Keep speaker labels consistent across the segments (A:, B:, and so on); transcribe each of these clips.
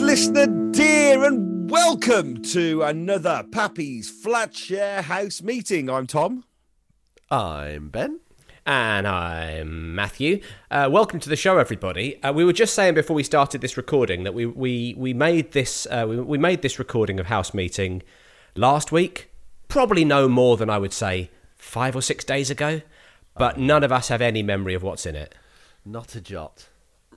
A: listener dear, and welcome to another Pappy's Flatshare House meeting. I'm Tom.
B: I'm Ben.
C: And I'm Matthew. Uh, welcome to the show, everybody. Uh, we were just saying before we started this recording that we we we made this uh, we, we made this recording of house meeting last week. Probably no more than I would say five or six days ago, but none of us have any memory of what's in it.
B: Not a jot.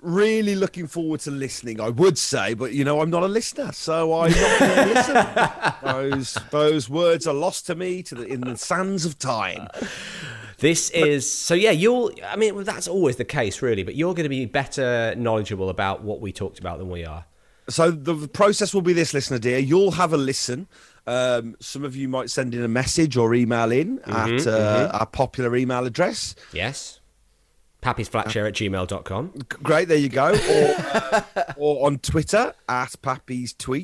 A: Really looking forward to listening, I would say, but you know, I'm not a listener, so I'm not going to listen. Those, those words are lost to me to the, in the sands of time.
C: This is so yeah. You'll I mean well, that's always the case really, but you're going to be better knowledgeable about what we talked about than we are.
A: So the process will be this, listener dear. You'll have a listen. Um, some of you might send in a message or email in at uh, our popular email address.
C: Yes. Pappy'sflatshare at gmail.com.
A: Great, there you go. Or, uh, or on Twitter at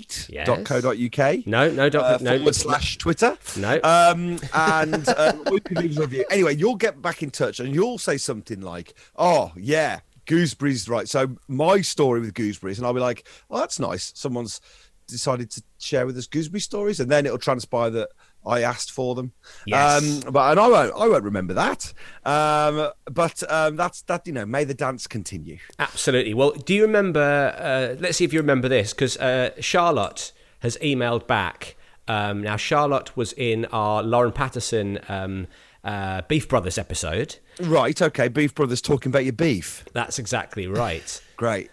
A: pappystweet.co.uk.
C: No, no,
A: uh,
C: doc, no,
A: forward slash Twitter.
C: No.
A: Um, and uh, we can leave a review. Anyway, you'll get back in touch and you'll say something like, oh, yeah, gooseberries, right. So my story with gooseberries, and I'll be like, oh, that's nice. Someone's decided to share with us gooseberry stories. And then it'll transpire that I asked for them.
C: Yes.
A: Um, but and I won't, I won't remember that. Um, but um, that's that. You know, may the dance continue.
C: Absolutely. Well, do you remember? Uh, let's see if you remember this because uh, Charlotte has emailed back. Um, now, Charlotte was in our Lauren Patterson um, uh, Beef Brothers episode.
A: Right. Okay. Beef brothers talking about your beef.
C: That's exactly right.
A: Great.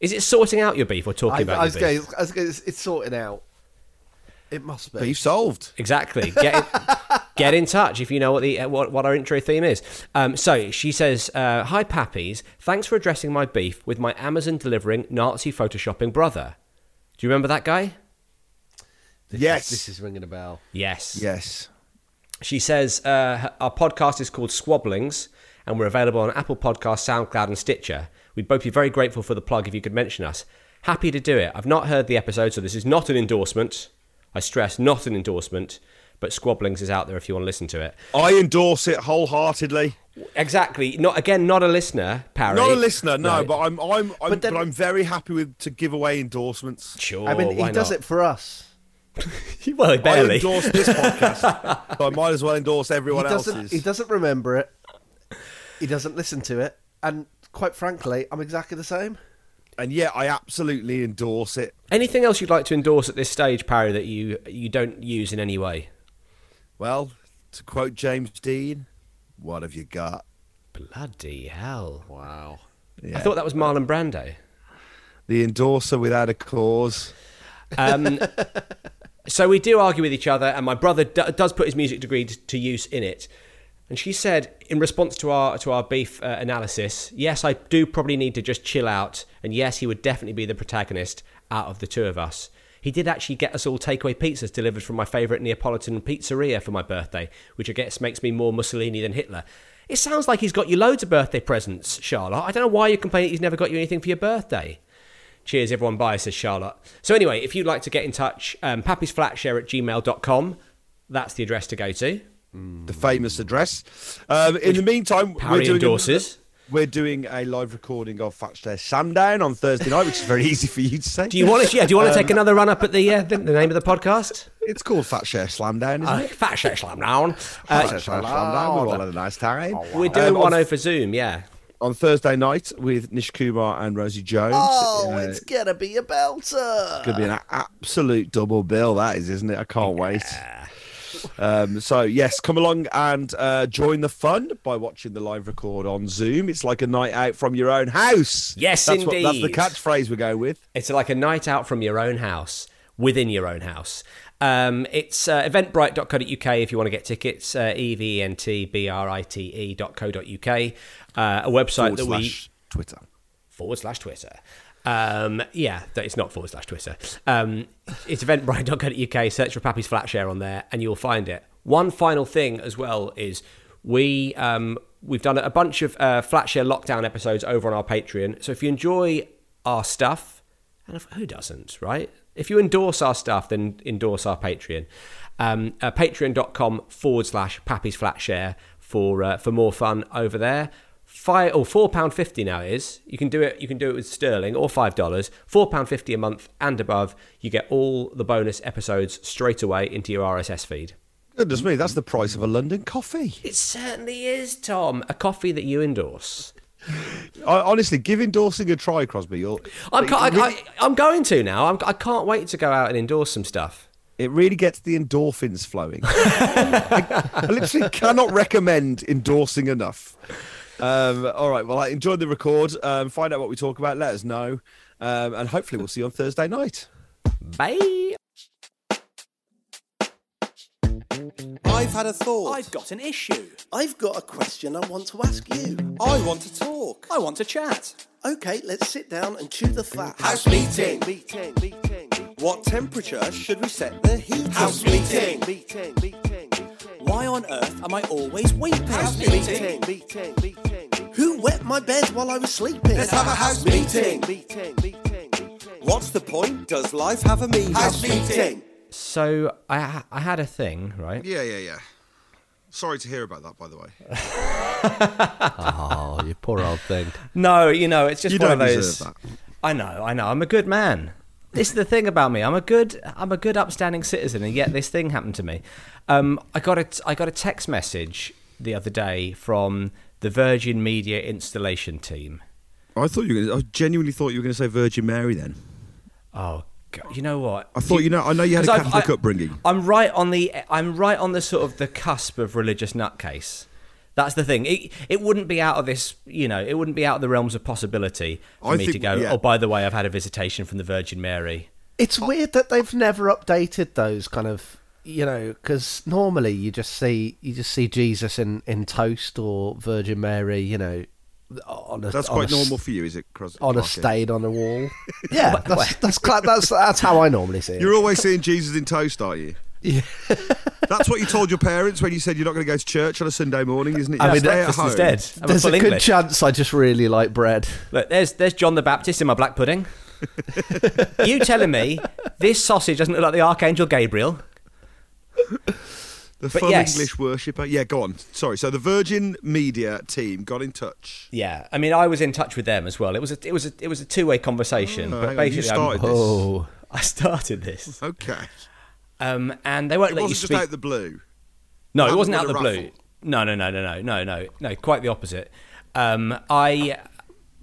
C: Is it sorting out your beef or talking
B: I,
C: about
B: I
C: your
B: was
C: beef?
B: going. I was going. It's, it's sorting out. It must be.
A: Beef solved.
C: Exactly. Get in, get in touch if you know what the uh, what, what our intro theme is. Um, so she says, uh, "Hi, Pappies. Thanks for addressing my beef with my Amazon delivering Nazi photoshopping brother. Do you remember that guy?
B: This
A: Yes.
B: Is, this is ringing a bell.
C: Yes.
A: Yes.
C: She says uh, our podcast is called Squabblings, and we're available on Apple Podcasts, SoundCloud, and Stitcher. We'd both be very grateful for the plug if you could mention us. Happy to do it. I've not heard the episode, so this is not an endorsement. I stress, not an endorsement. But Squabblings is out there if you want to listen to it.
A: I endorse it wholeheartedly.
C: Exactly. Not again. Not a listener, Parry.
A: Not a listener, no, but I'm I'm, I'm but,
B: then-
A: I'm very happy with to give away endorsements.
C: sure.
B: I mean, he
C: why
B: does
C: not?
B: it for us.
C: well,
A: I
C: barely.
A: endorse this podcast, so I might as well endorse everyone
B: he doesn't.
A: else's.
B: He doesn't remember it. He doesn't listen to it. And quite frankly, I'm exactly the same.
A: And yeah, I absolutely endorse it.
C: Anything else you'd like to endorse at this stage, Parry, that you you don't use in any way?
A: Well, to quote James Dean, what have you got?
C: Bloody hell!
B: Wow.
C: I thought that was Marlon Brando.
A: The endorser without a cause.
C: Um, so we do argue with each other, and my brother d- does put his music degree t- to use in it. And she said, in response to our to our beef uh, analysis, yes, I do probably need to just chill out, and yes, he would definitely be the protagonist out of the two of us. He did actually get us all takeaway pizzas delivered from my favourite Neapolitan pizzeria for my birthday, which I guess makes me more Mussolini than Hitler. It sounds like he's got you loads of birthday presents, Charlotte. I don't know why you complain that he's never got you anything for your birthday. Cheers, everyone. Bye, says Charlotte. So, anyway, if you'd like to get in touch, um, pappysflatshare at gmail.com. That's the address to go to.
A: The famous address. Um, in the meantime, we're
C: Harry
A: doing,
C: endorses.
A: we're doing a live recording of Fat Stare Sundown on Thursday night, which is very easy for you to say.
C: Do you want to, yeah, do you want to take another run up at the, uh, the, the name of the podcast?
A: It's called Fat Share Slamdown, isn't
C: Uh,
A: it?
C: Fat Shit Slam Down.
A: Fat
C: Uh,
A: Share Slamdown. We've all had a nice time.
C: we're doing
A: Um,
C: one
A: on,
C: over Zoom, yeah.
A: on Thursday night with Nish Kumar and Rosie Jones.
B: Oh,
A: Uh,
B: it's gonna be a belter.
A: Could be an absolute double bill, that is, isn't it? I can't wait. Um, so yes, come along and uh, join the fun by watching the live record on Zoom. It's like a night out from your own house.
C: Yes,
A: that's What, that's the
C: indeed.
A: catchphrase we go with.
C: It's like a night out from your own house, within your own house. Um, it's uh, eventbrite.co.uk if you want to get tickets, uh, E V E N T B R I T E E.co.uk, uh, a website
D: Forward
C: that we
D: slash Twitter.
C: forward slash Twitter. Um, yeah, that it's not forward slash Twitter. Um, it's eventbrite.co.uk. Search for Pappy's Flat Share on there, and you'll find it. One final thing as well is we um, we've done a bunch of uh, Flat Share lockdown episodes over on our Patreon. So if you enjoy our stuff, and if, who doesn't, right? If you endorse our stuff, then endorse our Patreon. Um, uh, Patreon.com forward slash Pappy's Flat Share for uh, for more fun over there five or four pound fifty now it is you can do it you can do it with sterling or five dollars four pound fifty a month and above you get all the bonus episodes straight away into your rss feed
D: Goodness me, that's the price of a London coffee.
C: it certainly is tom a coffee that you endorse
D: I, honestly, give endorsing a try, Crosby. You'll,
C: i'm, ca- I, I, I'm going to now I'm, i can't wait to go out and endorse some stuff
D: it really gets the endorphins flowing. I, I literally cannot recommend endorsing enough. Um, all right, well, I enjoyed the record. Um, find out what we talk about. Let us know. Um, and hopefully, we'll see you on Thursday night.
C: bye
E: I've had a thought.
F: I've got an issue.
E: I've got a question I want to ask you.
F: I want to talk. I want to chat.
E: Okay, let's sit down and chew the fat.
F: House meeting.
E: Meeting. Meeting.
F: What temperature should we set
E: The
F: the
E: heat.
F: heat? House meeting.
E: Meeting. Meeting.
F: Why on earth am I always weeping? House
E: Meeting. Meeting. Meeting. Who wet my bed while I was sleeping?
F: Let's have a house meeting.
E: Meeting. Meeting. Meeting.
F: What's the point? Does life have a meaning?
E: House meeting.
C: so i ha- i had a thing right
A: Yeah, yeah, yeah. Sorry to hear about that, by the way.
B: Oh, you poor old thing.
C: No, you know, it's just
D: You
C: one
D: don't
C: of those.
D: deserve
C: I know, I know. I'm a good man. This is the thing about me. I'm a good, I'm a good, upstanding citizen, and yet this thing happened to me. Um, I got a, t- I got a text message the other day from the Virgin Media installation team.
D: I thought you were. Gonna, I genuinely thought you were going to say Virgin Mary. Then
C: Oh, God, you know what?
D: I thought you, know. I know you had a
C: 'Cause I've-
D: Catholic
C: I-
D: upbringing.
C: I'm right on the I'm right on the sort of the cusp of religious nutcase. That's the thing. It it wouldn't be out of this, you know, it wouldn't be out of the realms of possibility for
A: I
C: me to
A: think-
C: go.
A: yeah.
C: Oh, by the way, I've had a visitation from the Virgin Mary.
B: It's weird that they've never updated those kind of, you know, because normally you just see you just see Jesus in in toast or Virgin Mary, you know, on a
A: That's
B: on
A: quite
B: a s-
A: normal for you, is it, Crosby?
B: on a
A: Clarky?
B: stain on a wall. Yeah, that's that's, cla- that's that's how I normally see it.
A: You're always seeing Jesus in toast, are you?
B: Yeah.
A: That's what you told your parents when you said you're not going to go to church on a Sunday morning, isn't it?
C: Have
A: You
C: a
A: stay at
C: breakfast
A: home.
C: instead. Have
B: There's
C: full
B: a good
C: English.
B: chance I just really like bread.
C: Look, there's there's John the Baptist in my black pudding. you telling me this sausage doesn't look like the Archangel Gabriel?
A: The
C: But
A: full
C: yes.
A: English worshipper. Yeah, go on. Sorry. So the Virgin Media team got in touch.
C: Yeah, I mean, I was in touch with them as well. It was a it was a, it was a two way conversation.
A: Oh,
C: but
A: hang on, you
C: basically,
A: started
C: I'm-
A: this.
B: Oh,
C: I started this,
A: Okay.
C: um, and they won't
A: It
C: let you
A: wasn't just
C: speak.
A: out of the blue.
C: No, it
A: That
C: wasn't out
A: won
C: of the
A: a
C: blue.
A: raffle.
C: No, no, no, no, no, no, no, no. Quite the opposite. Um, I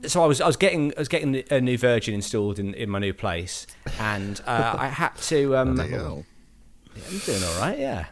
C: so I was I was getting I was getting a new Virgin installed in, in my new place, and uh, I had to. Um, I'm doing all right, yeah.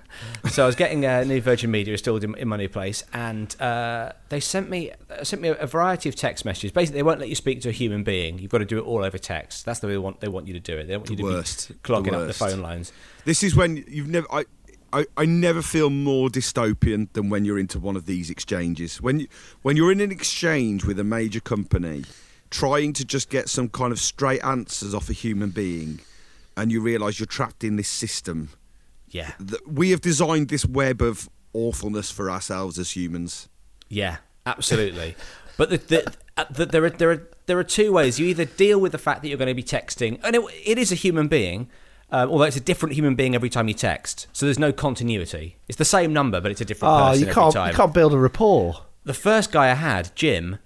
C: So I was getting a new Virgin Media installed in, in my new place, and uh, they sent me uh, sent me a, a variety of text messages. Basically, they won't let you speak to a human being. You've got to do it all over text. That's the way they want they want you to do it. They don't want you to
A: worst.
C: be
A: The
C: clogging up the
A: worst.
C: phone lines.
A: This is when you've never. I, I, I never feel more dystopian than when you're into one of these exchanges. When you, when you're in an exchange with a major company, trying to just get some kind of straight answers off a human being, and you realise you're trapped in this system.
C: Yeah,
A: That we have designed this web of awfulness for ourselves as humans.
C: Yeah, absolutely. but the, the, uh, the, there are there are there are two ways. You either deal with the fact that you're going to be texting, and it, it is a human being, um, although it's a different human being every time you text. So there's no continuity. It's the same number, but it's a different
B: oh,
A: Ah,
C: person
B: you
C: every
B: can't
C: time.
B: you can't build a rapport.
C: The first guy I had, Jim.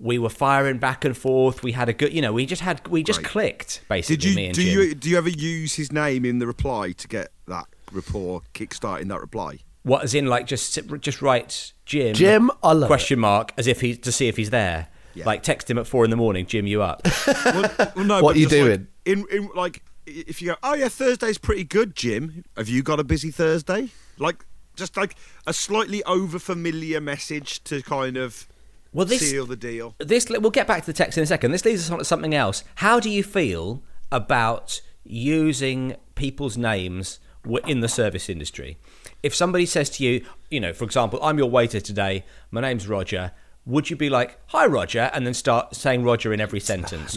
C: We were firing back and forth. We had a good, you know, we just had, we just
A: Right.
C: clicked basically.
A: Did you
C: me and
A: do
C: Jim.
A: you do you ever use his name in the reply to get that rapport kickstarting that reply?
C: What as in like just just write Jim
B: Jim, I love
C: question mark as if he to see if he's there.
A: Yeah.
C: Like text him at four in the morning. Jim, you up?
A: well, well, no,
B: What
A: but
B: you
A: just, like,
B: doing?
A: in, in like, i- if you go, oh yeah, Thursday's pretty good, Jim. Have you got a busy Thursday? Like, just like a slightly over familiar message to kind of
C: Well, this-
A: seal the deal.
C: this we'll get back to the text in a second. This leads us on to something else. How do you feel about using people's names were in the service industry. If somebody says to you, you know, for example, I'm your waiter today, my name's Roger, would you be like, hi, Roger, and then start saying Roger in every sentence?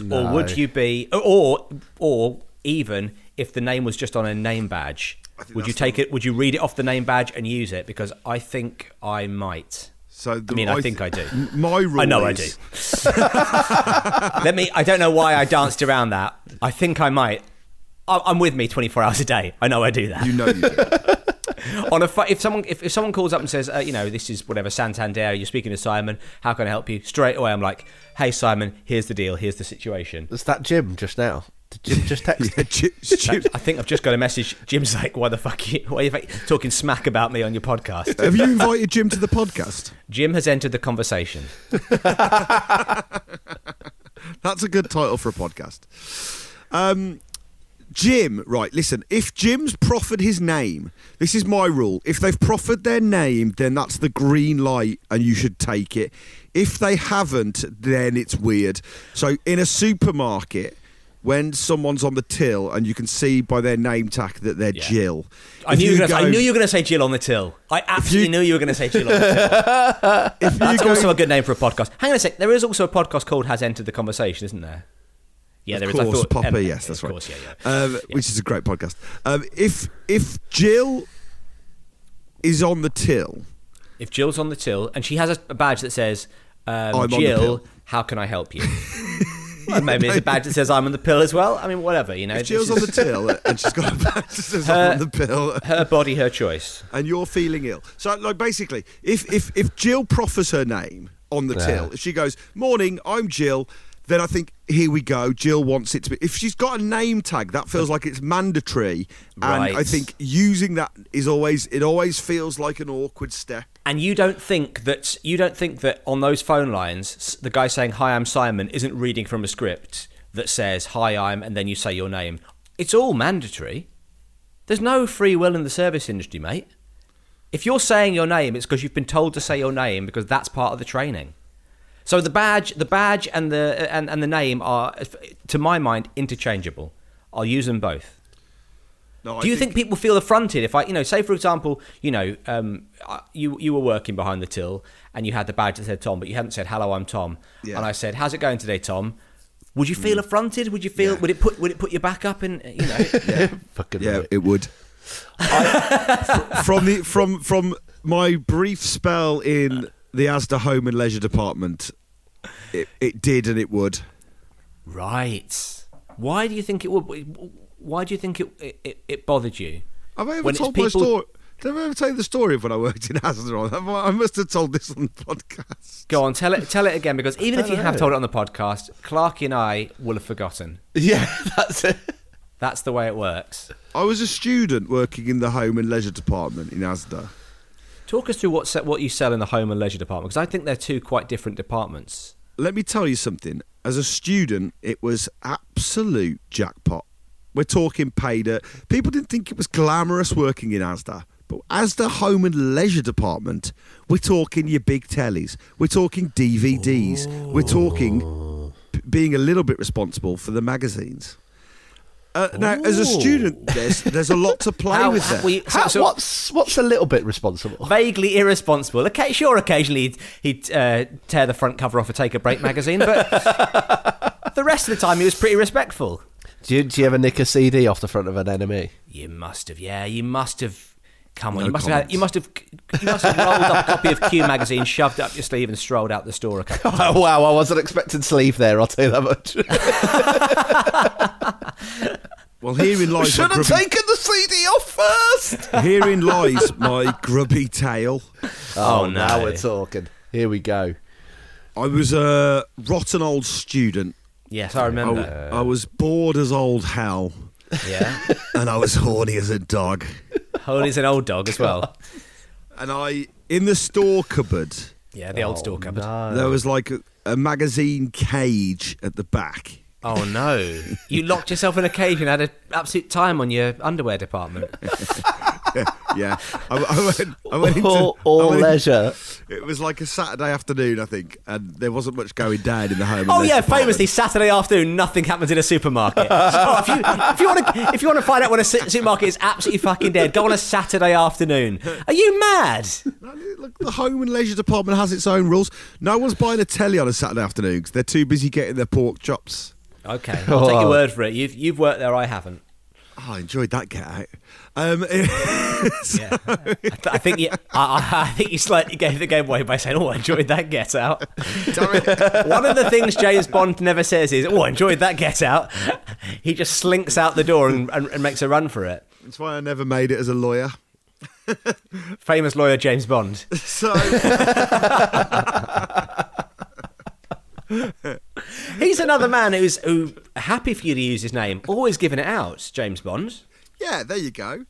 C: Or would you be, or, or even if the name was just on a name badge, would you take it, would you read it off the name badge and use it? Because I think I might.
A: So the,
C: I mean, I, think I do.
A: m- My rule.
C: I know I do.
A: is-
C: Let me. I don't know why I danced around that. I think I might. I- I'm with me 24 hours a day. I know I do that.
A: You know you do.
C: On a fu- if someone if, if someone calls up and says, uh, you know, this is whatever Santander. You're speaking to Simon. How can I help you? Straight away, I'm like, hey Simon, here's the deal. Here's the situation.
B: It's that Jim just now. Did Jim just text?
A: Yeah, Jim- Jim-
C: I think I've just got a message. Jim's like, why the fuck you? Why are you fa- talking smack about me on your podcast?
A: Have you invited Jim to the podcast?
C: Jim has entered the conversation.
A: That's a good title for a podcast. Um, Jim, right, listen, if Jim's proffered his name, this is my rule. If they've proffered their name, then that's the green light and you should take it. If they haven't, then it's weird. So in a supermarket, when someone's on the till and you can see by their name tag that they're
C: Yeah.
A: Jill.
C: I
A: if
C: knew, you were gonna, I
A: go-
C: knew you were going to say Jill on the till. I absolutely knew you were going to say Jill on the till.
A: if you
C: That's
A: go-
C: also a good name for a podcast. Hang on a sec. There is also a podcast called "Has Entered the Conversation," isn't there? Yeah,
A: Of
C: there is.
A: course, Popper,
C: um,
A: yes, that's
C: of
A: right.
C: course, yeah, yeah.
A: um, which is a great podcast. Um, if if Jill is on the till,
C: If Jill's on the till and she has a- a badge that says um,
A: on the
C: "Jill,
A: pill.
C: how can I help you?" Well, maybe there's a badge that says "I'm on the pill" as well. I mean, whatever you know.
A: if Jill's
C: this
A: on
C: is
A: the till and she's got a bad says
C: Her-
A: on the pill,
C: her body, her choice.
A: and you're feeling ill, so like basically, if if if Jill proffers her name on the till, if she goes, "Morning, I'm Jill." Then I think here we go. Jill wants it to be. If she's got a name tag, that feels like it's mandatory,
C: Right.
A: and I think using that is always it always feels like an awkward step.
C: And you don't think that you don't think that on those phone lines, s- the guy saying "Hi, I'm Simon" isn't reading from a script that says "Hi, I'm" and then you say your name. It's all mandatory. There's no free will in the service industry, mate. If you're saying your name, it's because you've been told to say your name because that's part of the training. So the badge, the badge, and the and, and the name are, to my mind, interchangeable. I'll use them both.
A: No, I
C: Do you think, people feel affronted if I, you know, say for example, you know, um, I- you you were working behind the till and you had the badge that said Tom, but you hadn't said hello, I'm Tom,
A: Yeah. Mm.
C: and I said, how's it going today, Tom? Would you feel affronted? Would you feel? Would it put? Would it put your back up? And you know,
B: Fucking
A: Yeah,
B: right.
A: it would. from the from from my brief spell in the Asda Home and Leisure Department, it, it did and it would.
C: right? Why do you think it would? Why do you think it it, it bothered you?
A: Have I ever
C: When it's
A: told my
C: people-
A: story? Did I ever tell you the story of when I worked in Asda? I must have told this on the podcast.
C: Go on, tell it tell it again because even if you have told it on the podcast, Clarky and I will have forgotten.
B: yeah, that's it.
C: That's the way it works.
A: I was a student working in the Home and Leisure Department in Asda.
C: Talk us through what se- what you sell in the home and leisure department because I think they're two quite different departments.
A: let me tell you something. As a student, it was absolute jackpot. We're talking paid. uh, People didn't think it was glamorous working in ASDA, but ASDA Home and Leisure Department, we're talking your big tellies, we're talking DVDs, we're talking p- being a little bit responsible for the magazines. Uh, now, as a student, there's there's a lot to play
C: How-
A: with
C: how-
A: there.
C: we- so-
B: How-
C: so-
B: what's what's a little bit responsible?
C: vaguely irresponsible. Okay, sure, occasionally he'd, he'd uh, tear the front cover off a Take a Break magazine, but the rest of the time he was pretty respectful.
B: Do you, do you ever nick a CD off the front of an enemy?
C: You must have, yeah, you must have. Come on,
A: No
C: you must have, had,
A: comments.
C: you must have, you must have rolled up a copy of Q magazine, shoved it up your sleeve, and strolled out the store a couple of times.
B: Oh, wow, I wasn't expecting sleeve there. I'll tell you that much.
A: well, herein lies my
B: Should have
A: grubby,
B: taken the CD off first.
A: herein lies my grubby tale.
C: Oh,
B: now
C: no.
B: we're talking. Here we go.
A: I was a rotten old student
C: Yes, I
A: I,
C: remember.
A: I was bored as old hell,
B: Oh.
C: yeah,
A: and I was horny as a dog.
C: Holy's an old dog as well.
A: And I, in the store cupboard,
C: Yeah, the old store cupboard.
B: Oh,
A: there was like a, a magazine cage at the back.
C: Oh no! you locked yourself in a cage and had an absolute time on your underwear department.
A: yeah, yeah. I, I went. I went into,
B: All, all
A: I went into-
B: leisure.
A: it was like a Saturday afternoon, I think, and there wasn't much going down in the home.
C: Oh
A: and
C: yeah,
A: nurse department.
C: famously Saturday afternoon, nothing happens in a supermarket. oh, if you if you want to if you want to find out when a su- supermarket is absolutely fucking dead, go on a Saturday afternoon. Are you mad?
A: Look, the home and leisure department has its own rules. No one's buying a telly on a Saturday afternoon 'cause they're too busy getting their pork chops.
C: Okay, I'll take your word for it. You've you've worked there, I haven't.
A: Oh, I enjoyed that get out. Um,
C: Yeah, I, th- I think you, I, I- I think you slightly gave the game away by saying, "Oh, I enjoyed that Get Out."
A: damn it.
C: One of the things James Bond never says is, "Oh, I enjoyed that Get Out." He just slinks out the door and, and, and makes a run for it.
A: That's why I never made it as a lawyer.
C: Famous lawyer James Bond.
A: So
C: He's another man who's who happy for you to use his name, always giving it out, James Bond.
A: yeah, there you go.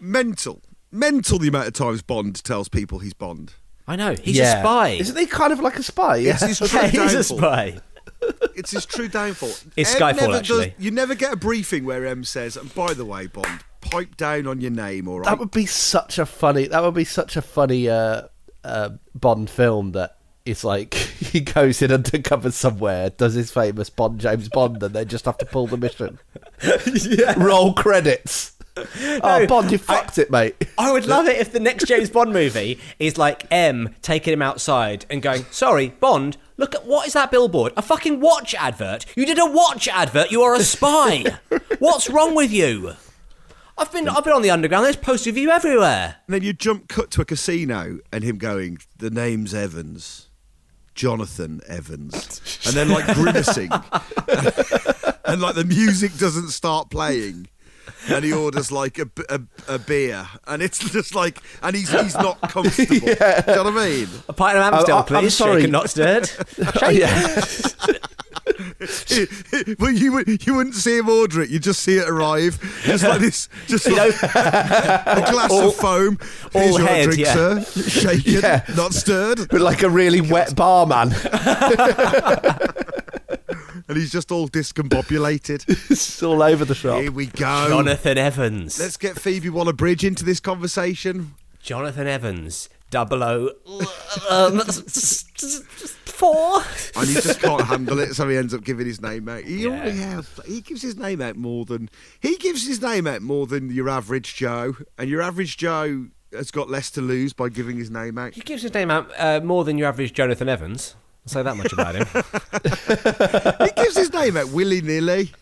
A: Mental, mental. The amount of times Bond tells people he's Bond.
C: I know he's
B: Yeah.
C: a spy.
B: Isn't he kind of like a spy? Yeah.
A: It's his true
C: yeah, he's a
A: downfall.
C: spy.
A: It's his true downfall.
C: It's
A: Em
C: Skyfall,
A: never does-
C: actually.
A: you never get a briefing where M says, "And by the way, Bond, pipe down on your name, all right?"
B: That would be such a funny. That would be such a funny uh, uh, Bond film that it's like he goes in undercover somewhere, does his famous Bond James Bond, and they just have to pull the mission. Roll credits. oh, Bond, you fucked it, mate.
C: I would love it if the next James Bond movie is like M taking him outside and going, "Sorry, Bond, look at what is that billboard? A fucking watch advert. You did a watch advert. You are a spy. What's wrong with you? I've been I've been on the underground. There's posters of you everywhere.
A: And then you jump cut to a casino and him going, the name's Evans. Jonathan Evans. And then like grimacing. and like the music doesn't start playing. And he orders like a, a, a beer. And it's just like, and he's, he's not comfortable. Do you know what I mean?
C: A pint of Amstel,
B: Oh, I- I'm
C: please.
B: sorry.
C: Shaken, not stirred.
B: yeah.
A: but you, would- you wouldn't see him order it. You'd just see it arrive. Just like this, just like a glass of foam.
C: all
A: Here's your
C: head,
A: drink,
C: yeah.
A: sir. Shaken,
B: Yeah.
A: not stirred.
B: But like a really wet barman.
A: and he's just all discombobulated.
B: it's all over the shop.
A: Here we go.
C: Jonathan Evans.
A: Let's get Phoebe Waller-Bridge into this conversation.
C: Jonathan Evans, double O, um, four.
A: And he just can't handle it, so he ends up giving his name out. He already has. He gives his name out more than he gives his name out more than your average Joe, and your average Joe has got less to lose by giving his name out.
C: He gives his name out uh, more than your average Jonathan Evans. I'll say that much about him.
A: He gives his name out willy nilly.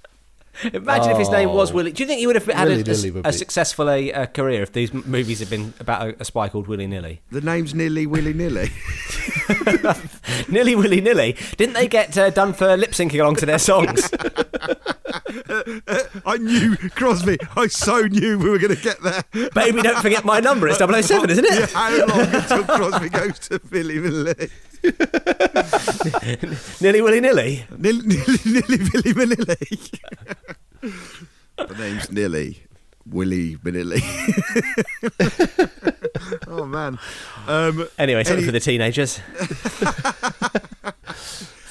C: Imagine if his name was Willie. Do you think he would have had
B: Willy
C: a, a-
B: Nilly would
C: a
B: be-
C: successful a, uh career if these m- movies had been about a, a spy called Willy Nilly?
A: The name's Nilly willy nilly.
C: Nilly Willy Nilly. Didn't they get uh, done for lip syncing along to their songs?
A: I knew Crosby. I so knew we were going to get there.
C: Baby, don't forget my number. It's 007, isn't
A: Yeah,
C: it?
A: how long until Crosby goes to Billy Willy?
C: Nilly Willy Nilly.
A: Nilly, Nilly, Nilly, Billy Manilly. the name's Nilly. Willy Manilly. oh, man. Um,
C: Anyway, something
A: Any-
C: for the teenagers.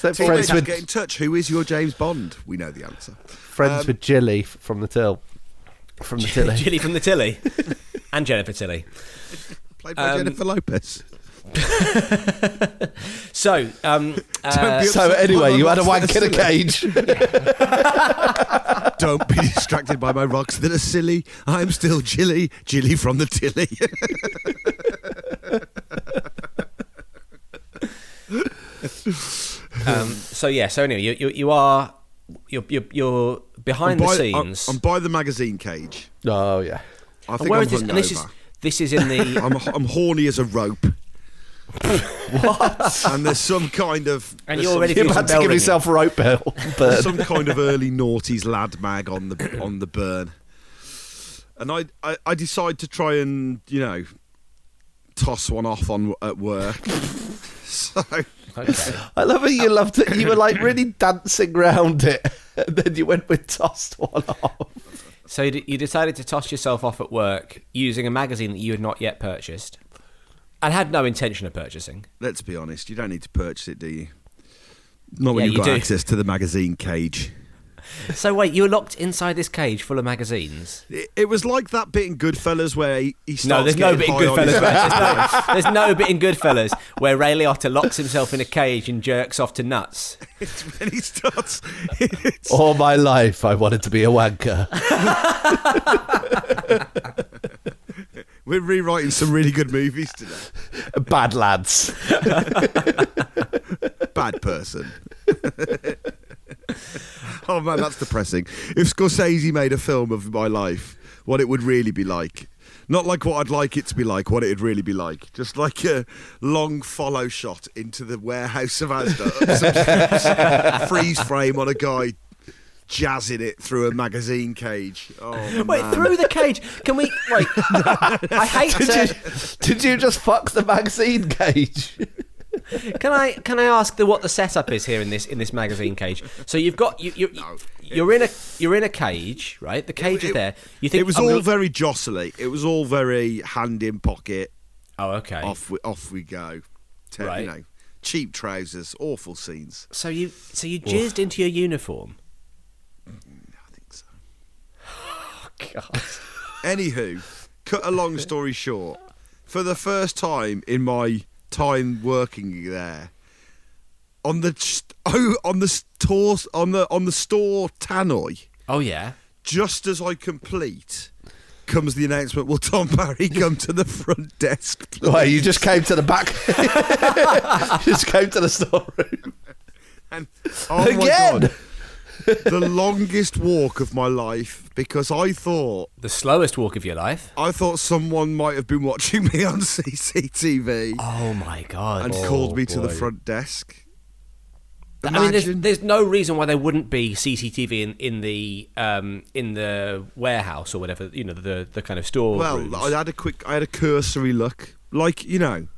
B: So
A: friends
B: friends with
A: Get in touch. Who is your James Bond? We know the answer.
B: friends with Jilly f- from the till. From the tilly.
C: Um, Jilly from the Tilly. And Jennifer Tilly.
A: Played
C: Um,
A: by Jennifer Lopez.
C: So, um,
A: Don't be
B: So
A: upset by
B: anyway,
A: my
B: you had a
A: rocks
B: wank
A: that
B: in
A: are
B: a cage.
A: silly. Don't be distracted by my rocks that are silly. I'm still Jilly, Jilly from the Tilly.
C: um, so yeah. So anyway, you you, you are you're, you're you're behind the
A: by,
C: scenes.
A: uh, I'm, I'm by the magazine cage.
B: oh yeah.
A: I
C: And
A: think
C: where
A: I'm
C: is this? And this is
A: hungover.
C: this is in the
A: I'm, I'm horny as a rope. And there's some kind of
C: And
A: there's
C: you're
A: some-
C: ready
B: You're
C: Here's
B: about
C: a
B: to
C: bell
B: give
C: ringing.
B: yourself a rope bell.
A: there's
B: But
A: some kind of early noughties lad mag on the on the burn. And I, I I decide to try and you know toss one off on at work. so
B: I love it. You loved it. You were like really dancing round it, and then you went with tossed one off.
C: so you d- you decided to toss yourself off at work using a magazine that you had not yet purchased and had no intention of purchasing.
A: let's be honest, you don't need to purchase it, do you? Not when
C: Yeah,
A: you've
C: you
A: got
C: do.
A: access to the magazine cage.
C: So wait, you were locked inside this cage full of magazines.
A: It, it was like that bit in Goodfellas where he, he starts
C: no, there's no
A: getting
C: bit in
A: high on his-
C: Goodfellas. Where, there's, no, there's no bit in Goodfellas where Ray Liotta locks himself in a cage and jerks off to nuts.
A: It's when he starts.
B: All my life, I wanted to be a wanker.
A: We're rewriting some really good movies today.
B: Bad lads.
A: Bad person. oh man, that's depressing. If Scorsese made a film of my life, what it would really be like. Not like what I'd like it to be like, what it'd really be like. Just like a long follow shot into the warehouse of Asda. Some freeze frame on a guy jazzing it through a magazine cage. Oh,
C: Wait,
A: man.
C: through the cage? Can we? Wait, I hate
B: Did
C: to.
B: you, did you just fuck the magazine cage?
C: Can I? Can I ask the, what the setup is here in this in this magazine cage? So you've got you you you're in a you're in a cage, right? The cage is there. You think
A: it was
C: I'm
A: all
C: gonna-
A: very jostly. It was all very hand in pocket.
C: Oh, okay.
A: Off we off we go. Te-
C: Right.
A: You know, cheap trousers, awful scenes.
C: So you so you jizzed into your uniform.
A: I think so.
C: God.
A: Anywho, cut a long story short. For the first time in my time working there, on the st- oh, on the store on the on the store tannoy,
C: Oh yeah.
A: just as I complete, comes the announcement. Will Tom Barry come to the front desk? please?"
B: Wait, you just came to the back. you just came to the storeroom.
A: And oh my
B: Again!
A: god, the longest walk of my life because I thought
C: The slowest walk of your life.
A: I thought someone might have been watching me on CCTV
C: Oh my god. Oh,
A: and called me to the front desk.
C: I mean, there's,
A: Imagine.
C: there's no reason why there wouldn't be CCTV in, in the um, in the warehouse or whatever you know the the kind of store.
A: Well,
C: rooms.
A: I had a quick, I had a cursory look, like you know,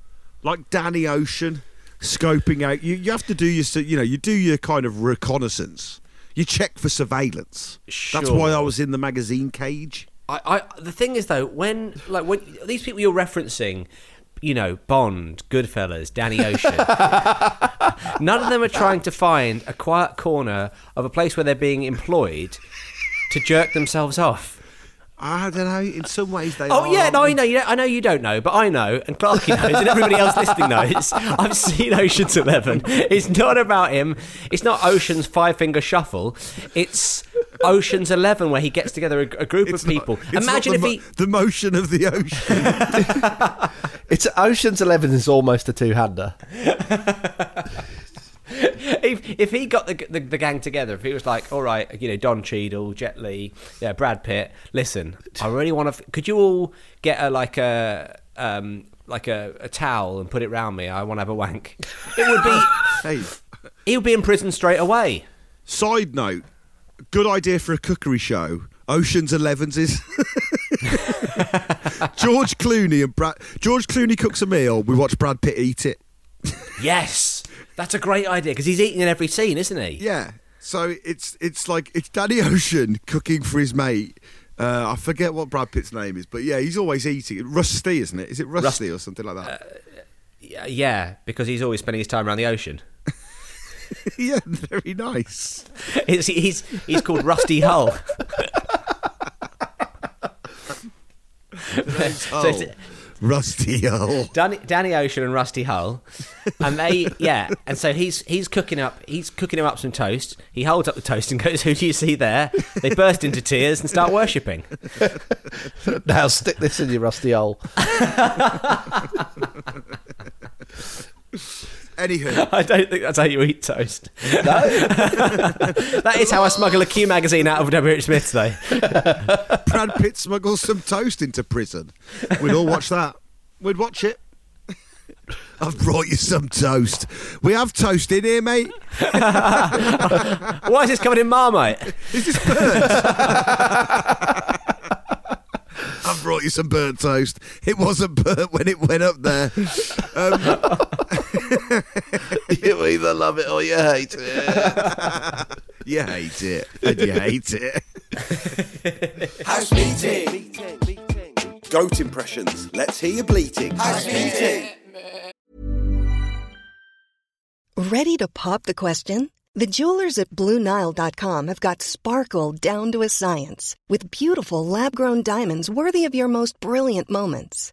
A: like Danny Ocean scoping out. You you have to do your s- you know you do your kind of reconnaissance. You check for surveillance. That's why I
C: Sure.
A: was in the magazine cage.
C: I, I the thing is though, when like when these people you're referencing, you know, Bond, Goodfellas, Danny Ocean, none of them are trying to find a quiet corner of a place where they're being employed to jerk themselves off.
A: I don't know. In some ways, they.
C: Oh
A: are,
C: yeah,
A: aren't
C: no,
A: they?
C: I know. You don't, I know you don't know, but I know, and Clarky knows, and everybody else listening knows. I've seen Ocean's Eleven. It's not about him. It's not Ocean's Five Finger Shuffle. It's Ocean's Eleven, where he gets together a, a group
A: It's
C: of
A: not-
C: people.
A: it's not
C: Imagine
A: the
C: if
A: mo-
C: he.
A: the motion of the ocean.
B: It's Ocean's Eleven is almost a two-hander.
C: if, if he got the, the the gang together, if he was like, all right, you know, Don Cheadle, Jet Li, yeah, Brad Pitt, listen, I really want to. F- could you all get a like a um like a, a towel and put it round me? I want to have a wank. It would be
A: hey,
C: he would be in prison straight away.
A: side note, good idea for a cookery show. Ocean's Elevens is George Clooney and Brad. George Clooney cooks a meal. We watch Brad Pitt eat it.
C: Yes, that's a great idea because he's eating in every scene, isn't he?
A: Yeah. So it's it's like it's Danny Ocean cooking for his mate. Uh, I forget what Brad Pitt's name is, but yeah, he's always eating. Rusty, isn't it? Is it Rusty or something like that?
C: Yeah, yeah, because he's always spending his time around the ocean.
A: yeah, very nice.
C: It's, he's he's called Rusty Hull. so
A: Oh,
C: it's-
A: Rusty. Oh.
C: Danny, Danny Ocean and Rusty Hull, and they yeah, and so he's he's cooking up he's cooking him up some toast. He holds up the toast and goes, "Who do you see there?" They burst into tears and start worshipping.
B: Now stick this in your rusty hole.
A: Anywho,
C: I don't think that's how you eat toast. No, that is how I smuggle a Q magazine out of WH Smith's though.
A: Brad Pitt smuggles some toast into prison. We'd all watch that. We'd watch it. I've brought you some toast. We have toast in here, mate.
C: Why is this covered in marmite?
A: Is this burnt? I've brought you some burnt toast. It wasn't burnt when it went up there. Um,
B: you either love it or you hate it.
A: you hate it. And you hate it.
G: House meeting.
F: Goat impressions.
G: Let's hear you bleating.
F: House meeting.
H: Ready to pop the question? The jewelers at BlueNile.com have got sparkle down to a science with beautiful lab grown diamonds worthy of your most brilliant moments.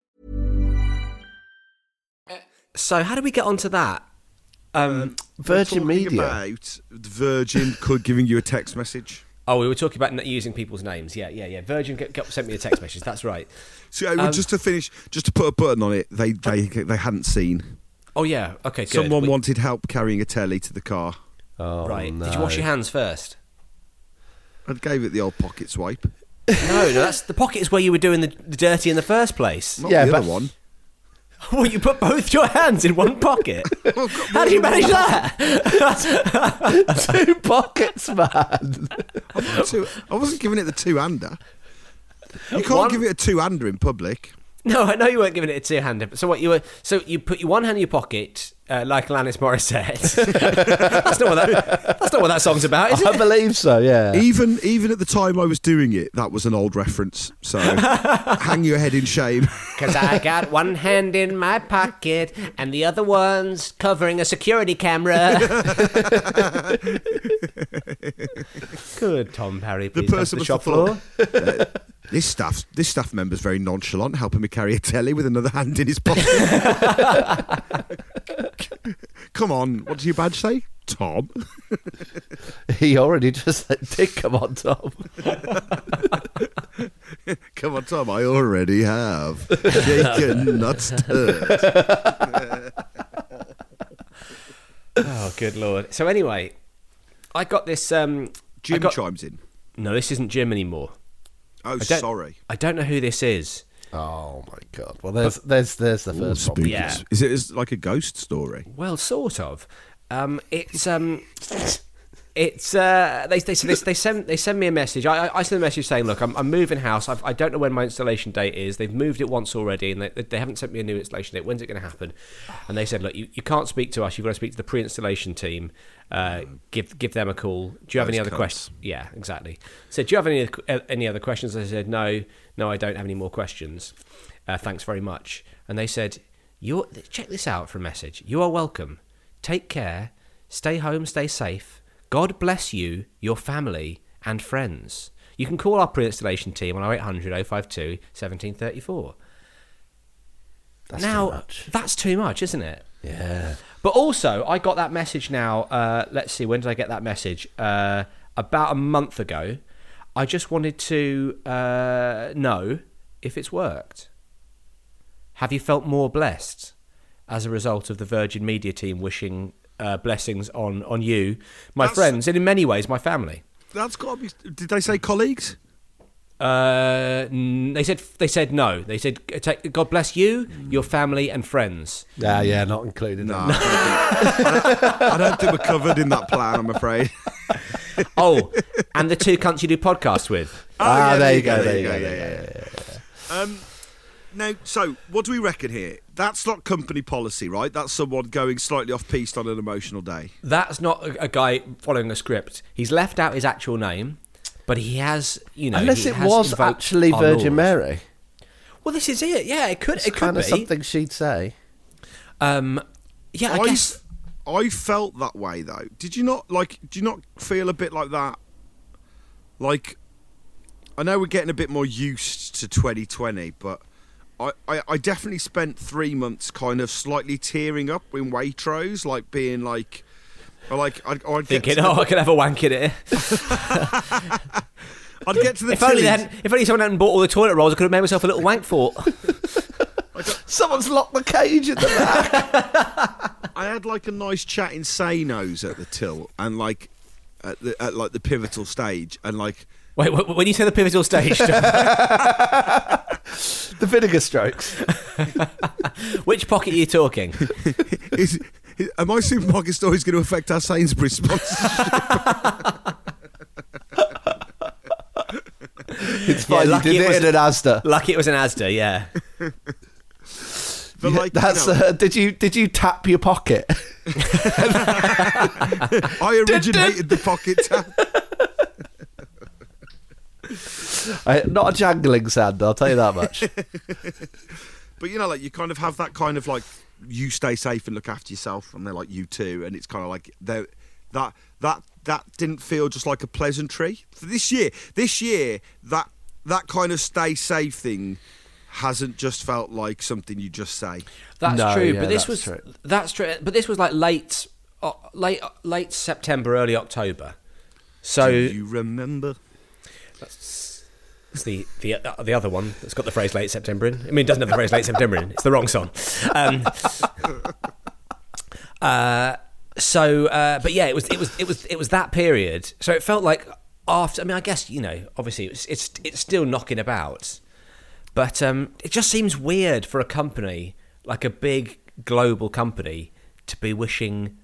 C: So how do we get onto that? Um,
B: Virgin
A: We're talking
B: Media.
A: About Virgin could giving you a text message.
C: Oh, we were talking about not using people's names. Yeah, yeah, yeah. Virgin g- g- sent me a text message. That's right.
A: So uh, just to finish, just to put a button on it, they they they hadn't seen.
C: Oh yeah. Okay. Good.
A: Someone
C: We-
A: wanted help carrying a telly to the car
B: Oh,
C: Right.
B: no.
C: Did you wash your hands first?
A: and gave it the old pocket swipe.
C: No, no. That's the pocket is where you were doing the, the dirty in the first place.
A: Not
B: Yeah,
A: the
B: but-
A: other one.
C: well, you put both your hands in one pocket. How do you manage that?
B: Two pockets, man.
A: Two- I wasn't giving it the two-hander. You can't
C: One-
A: give it a two-hander in public.
C: no, I know you weren't giving it a two-hander. But so what? You were so you put your one hand in your pocket. Uh, like Alanis Morissette. that's not what that. That's not what that song's about, is
B: I
C: it?
B: believe so, yeah.
A: Even even at the time I was doing it, that was an old reference. So hang your head in shame.
C: Because I got one hand in my pocket and the other one's covering a security camera. Good, Tom Parry.
A: The
C: Please come to
A: person
C: the
A: was the
C: shop floor.
A: This staff this staff member's very nonchalant, helping me carry a telly with another hand in his pocket. Come on, what does your badge say? Tom.
B: He already just like, did come on top.
A: Come on, Tom. I already have shaken, not stirred.
C: Oh, good lord. So anyway, I got this. Um, I
A: Jim
C: got-
A: chimes in.
C: No, this isn't Jim anymore.
A: Oh,
C: I don't-
A: sorry.
C: I don't know who this is.
B: Oh my god. Well, there's there's there's the first one.
A: Spooky.
C: Yeah.
A: Is it is like a ghost story?
C: Well, sort of. Um, it's um, it's uh, they they, so they they send they send me a message. I I I send a message saying, look, I'm, I'm moving house. I've, I don't know when my installation date is. They've moved it once already, and they, they haven't sent me a new installation date. When's it going to happen? And they said, look, you, you can't speak to us. You've got to speak to the pre-installation team. Uh, give give them a call. Do you have any
A: Those
C: other
A: cunts.
C: questions? Yeah, exactly. So do you have any uh, any other questions? I said, no, no, I don't have any more questions. Uh, thanks very much. And they said, you check this out for a message. You are welcome. Take care. Stay home. Stay safe. God bless you, your family, and friends. You can call our pre-installation team on 0800 052 1734.
B: That's
C: now,
B: too much.
C: that's too much, isn't it?
B: Yeah.
C: But also, I got that message now. Uh, let's see, when did I get that message? Uh, about a month ago. I just wanted to uh, know if it's worked. Have you felt more blessed as a result of the Virgin Media team wishing uh, blessings on, on you, my
A: That's-
C: friends, and in many ways, my family?
A: That's got to be. Did they say colleagues?
C: Uh, n- they said they said no. They said God bless you, your family, and friends.
B: Yeah, yeah, not included.
A: No. I don't think we're covered in that plan, I'm afraid.
C: Oh, and the two cunts you do podcasts with.
A: Oh,
B: Ah,
A: yeah,
B: there you go, there you go,
A: yeah,
B: there
A: yeah, yeah. Um, now, so what do we reckon here? That's not company policy, right? That's someone going slightly off piste on an emotional day.
C: That's not a, a guy following a script. He's left out his actual name, but he has, you know,
B: Unless
C: he
B: it
C: has
B: was
C: invoked
B: actually
C: our
B: Virgin
C: laws.
B: Mary.
C: Well, this is it. Yeah, it could.
B: It's
C: it could
B: kind
C: be.
B: of something she'd say.
C: Um, yeah, I, guess.
A: I felt that way though. Did you not like? Do you not feel a bit like that? Like, I know we're getting a bit more used to 2020, but I, I, I definitely spent three months kind of slightly tearing up in Waitrose, like being like, or like I'd, or I'd get
C: Thinking,
A: to the-
C: oh, I could have a wank in it.
A: I'd get to the
C: If only, they
A: Tilly's-
C: hadn't, if only someone hadn't bought all the toilet rolls, I could have made myself a little wank fort.
B: Someone's locked the cage in the back.
A: I had like a nice chat in Sanos at the till and like at, the, at like the pivotal stage and like
C: Wait, wh- when you say the pivotal stage,
B: the vinegar strokes.
C: Which pocket are you talking?
A: is, is, are my supermarket stories going to affect our Sainsbury's sponsorship?
B: It's fine. you did it,
C: was,
B: in an Asda.
C: Lucky it was an Asda, yeah.
A: But
B: Yeah,
A: like
B: that's
A: you know,
B: uh, did you did you tap your pocket?
A: I originated the pocket tap.
B: I, not a jangling sound, I'll tell you that much.
A: But you know, like you kind of have that kind of like you stay safe and look after yourself, and they're like you too, and it's kind of like they that that that didn't feel just like a pleasantry So this year. This year, that that kind of stay safe thing hasn't just felt like something you just say.
C: That's
B: No,
C: true,
B: yeah,
C: but this was
B: that's true.
C: that's true. But this was like late, uh, late, late September, early October. So
A: Do you remember?
C: It's the the uh, the other one that's got the phrase late September in. I mean, it doesn't have the phrase late September in. It's the wrong song. Um, uh, so, uh, but yeah, it was it was it was it was that period. So it felt like after. I mean, I guess you know, obviously, it's it's it's still knocking about, but um, it just seems weird for a company like a big global company to be wishing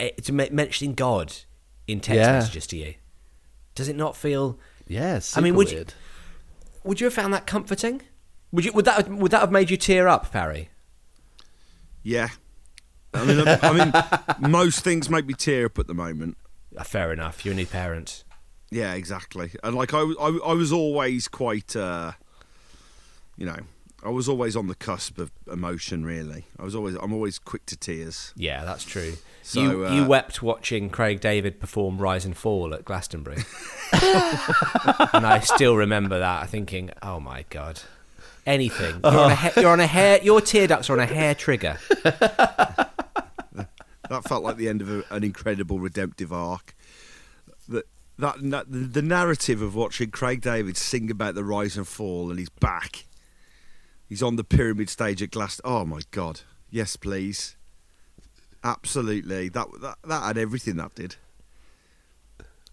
C: eh, to me- mentioning God in text
B: Yeah.
C: messages to you. Does it not feel?
B: Yes.
C: I mean, would you- Would you have found that comforting? Would you? Would that? Would that have made you tear up, Parry?
A: Yeah. I mean, I, I mean, most things make me tear up at the moment.
C: Ah, fair enough. You're a new parent.
A: Yeah, exactly. And like I, w- I, w- I was always quite, uh, you know, I was always on the cusp of emotion. Really, I was always, I'm always quick to tears.
C: Yeah, that's true.
A: So,
C: you,
A: uh,
C: you wept watching Craig David perform Rise and Fall at Glastonbury, and I still remember that. Thinking, oh my god, anything. You're,
A: Oh.
C: on, a ha- you're on a hair. Your tear ducts are on a hair trigger.
A: That felt like the end of a, an incredible redemptive arc. That that na- the the narrative of watching Craig David sing about the rise and fall, and he's back. He's on the pyramid stage at Glass. Oh my god! Yes, please. Absolutely. That that that had everything. That did.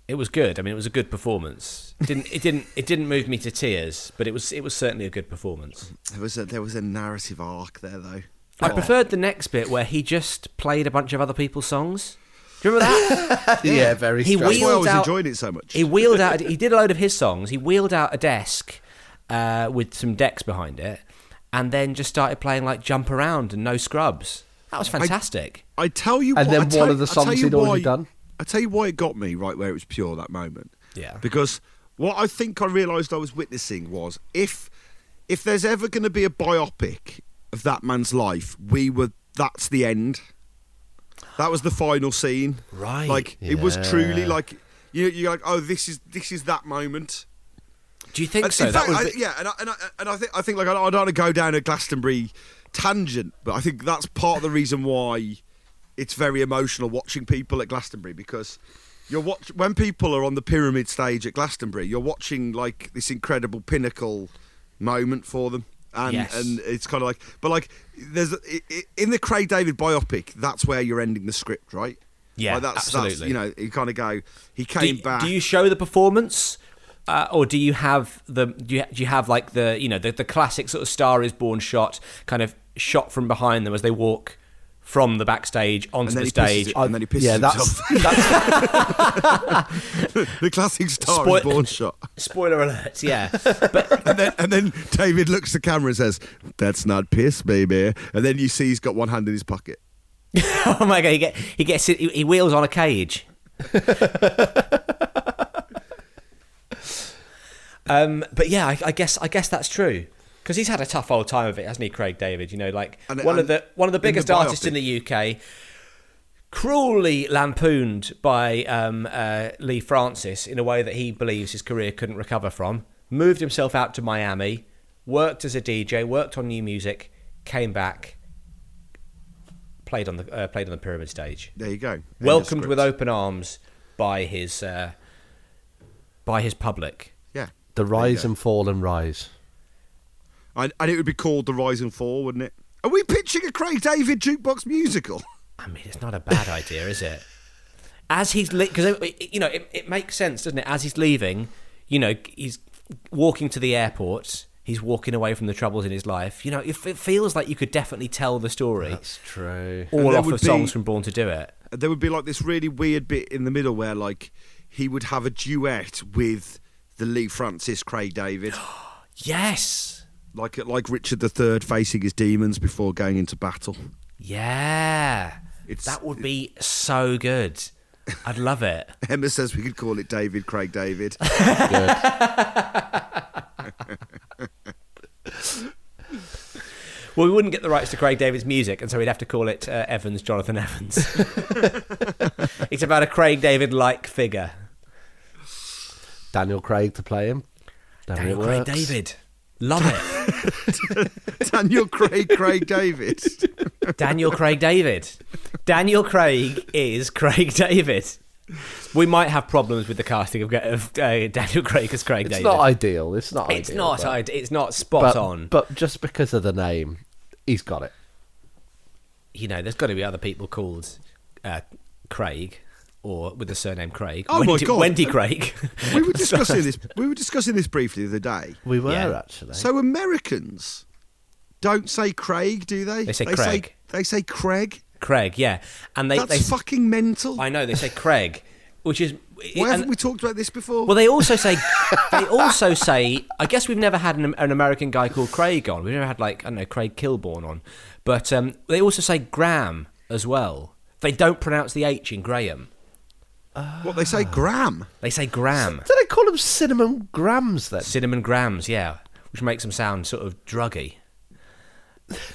C: It was good. I mean, it was a good performance. It didn't it didn't it didn't move me to tears, but it was it was certainly a good performance.
A: There was a there was a narrative arc there though. Oh.
C: I preferred the next bit where he just played a bunch of other people's songs. Do you remember that?
B: yeah. very.
C: He
B: strange.
A: That's why I
C: wheeled
A: was
C: out-
A: enjoying it so much.
C: He wheeled out. He did a load of his songs. He wheeled out a desk uh, with some decks behind it, and then just started playing like "Jump Around" and "No Scrubs." That was fantastic.
A: I tell you,
B: And
A: what,
B: then
A: I tell-
B: one of the
A: I tell
B: songs
A: you
B: he'd already
A: why-
B: done.
A: I tell you why it got me right where it was pure that moment.
C: Yeah.
A: Because what I think I realised I was witnessing was if if there's ever going to be a biopic of that man's life, we were that's the end. That was the final scene.
C: Right.
A: Like it was truly
B: Yeah.
A: like you you're like oh this is this is that moment.
C: Do you think
A: And
C: so?
A: in
C: That
A: fact,
C: was
A: I,
C: the-
A: yeah, and I, and I, and I think I think like I, I don't want to go down a Glastonbury tangent, but I think that's part of the reason why it's very emotional watching people at Glastonbury because you're watch when people are on the pyramid stage at Glastonbury, you're watching like this incredible pinnacle moment for them. And,
C: Yes.
A: and it's kind of like, but like, there's i- i- in the Craig David biopic, that's where you're ending the script, right?
C: Yeah,
A: Like, that's, That's,
C: absolutely.
A: you know, you kind of go, he
C: do,
A: came
C: you-
A: back.
C: do you show the performance? Uh, or do you have the do you, do you have like the you know the, the classic sort of Star Is Born shot kind of shot from behind them as they walk from the backstage onto
A: and then,
C: the
A: he
C: stage?
A: pisses, and then he pisses
B: yeah,
A: himself.
B: that's, that's
A: the classic star
C: Spoil-
A: is born shot.
C: Spoiler alert! Yeah,
A: And then, and then David looks at the camera and says, "That's not piss, baby." And then you see he's got one hand in his pocket.
C: oh my god, he, get, he gets he, he wheels on a cage. um, but yeah, I, I guess I guess that's true because he's had a tough old time of it, hasn't he, Craig David? You know, like
A: And-
C: one of
A: and
C: the one of the
A: in the
C: biggest artists in
A: biopic-
C: the UK, cruelly lampooned by um, uh, Lee Francis in a way that he believes his career couldn't recover from. Moved himself out to Miami, worked as a DJ, worked on new music, came back, played on the uh, played on the pyramid stage
A: There you go. End of
C: welcomed
A: script.
C: with open arms by his uh, by his public.
A: yeah.
B: the rise and fall and rise.
A: And, and it would be called The Rise and Fall, wouldn't it? Are we pitching a Craig David jukebox musical?
C: I mean, it's not a bad idea, is it? As he's because you know it, it makes sense, doesn't it? As he's leaving, you know he's walking to the airport. He's walking away from the troubles in his life. You know, it, it feels like you could definitely tell the story.
B: That's true.
C: All
A: And there
C: off
A: would
C: of songs
A: be-
C: from Born to Do It.
A: there would be like this really weird bit in the middle where like he would have a duet with the Lee Francis Craig David,
C: Yes.
A: like like Richard III facing his demons before going into battle.
C: Yeah. that would be so good. I'd love it.
A: Emma says we could call it David Craig David.
C: Well, we wouldn't get the rights to Craig David's music, and so we'd have to call it uh, Evans, Jonathan Evans. it's about a Craig David like figure.
B: Daniel Craig to play him. Then
C: Daniel
B: it
C: Craig
B: works.
C: David. Love it.
A: Daniel Craig Craig David.
C: Daniel Craig David. Daniel Craig is Craig David. We might have problems with the casting of, of uh, Daniel Craig as Craig
B: It's
C: David.
B: not ideal. It's not.
C: It's
B: ideal,
C: not.
B: but-
C: ide- it's not spot
B: but-
C: on.
B: But just because of the name, he's got it.
C: you know, there's got to be other people called uh, Craig or with the surname Craig.
A: Oh
C: Wendy,
A: my God.
C: Wendy Craig.
A: We were discussing this. We were discussing this briefly the other day.
B: We were
C: Yeah.
B: actually.
A: So Americans don't say Craig, do they?
C: They say Craig.
A: they say Craig.
C: Craig, yeah, and they
A: That's
C: they
A: fucking mental.
C: I know they say Craig, which is
A: Why
C: and-
A: haven't we talked about this before?
C: well. They also say they also say. I guess we've never had an, an American guy called Craig on. We've never had like I don't know Craig Kilborn on, but um, they also say Graham as well. They don't pronounce the H in Graham.
A: what they say, Graham.
C: They say Graham,
B: Do they call them cinnamon grams then?
C: cinnamon grams, yeah, which makes them sound sort of druggy.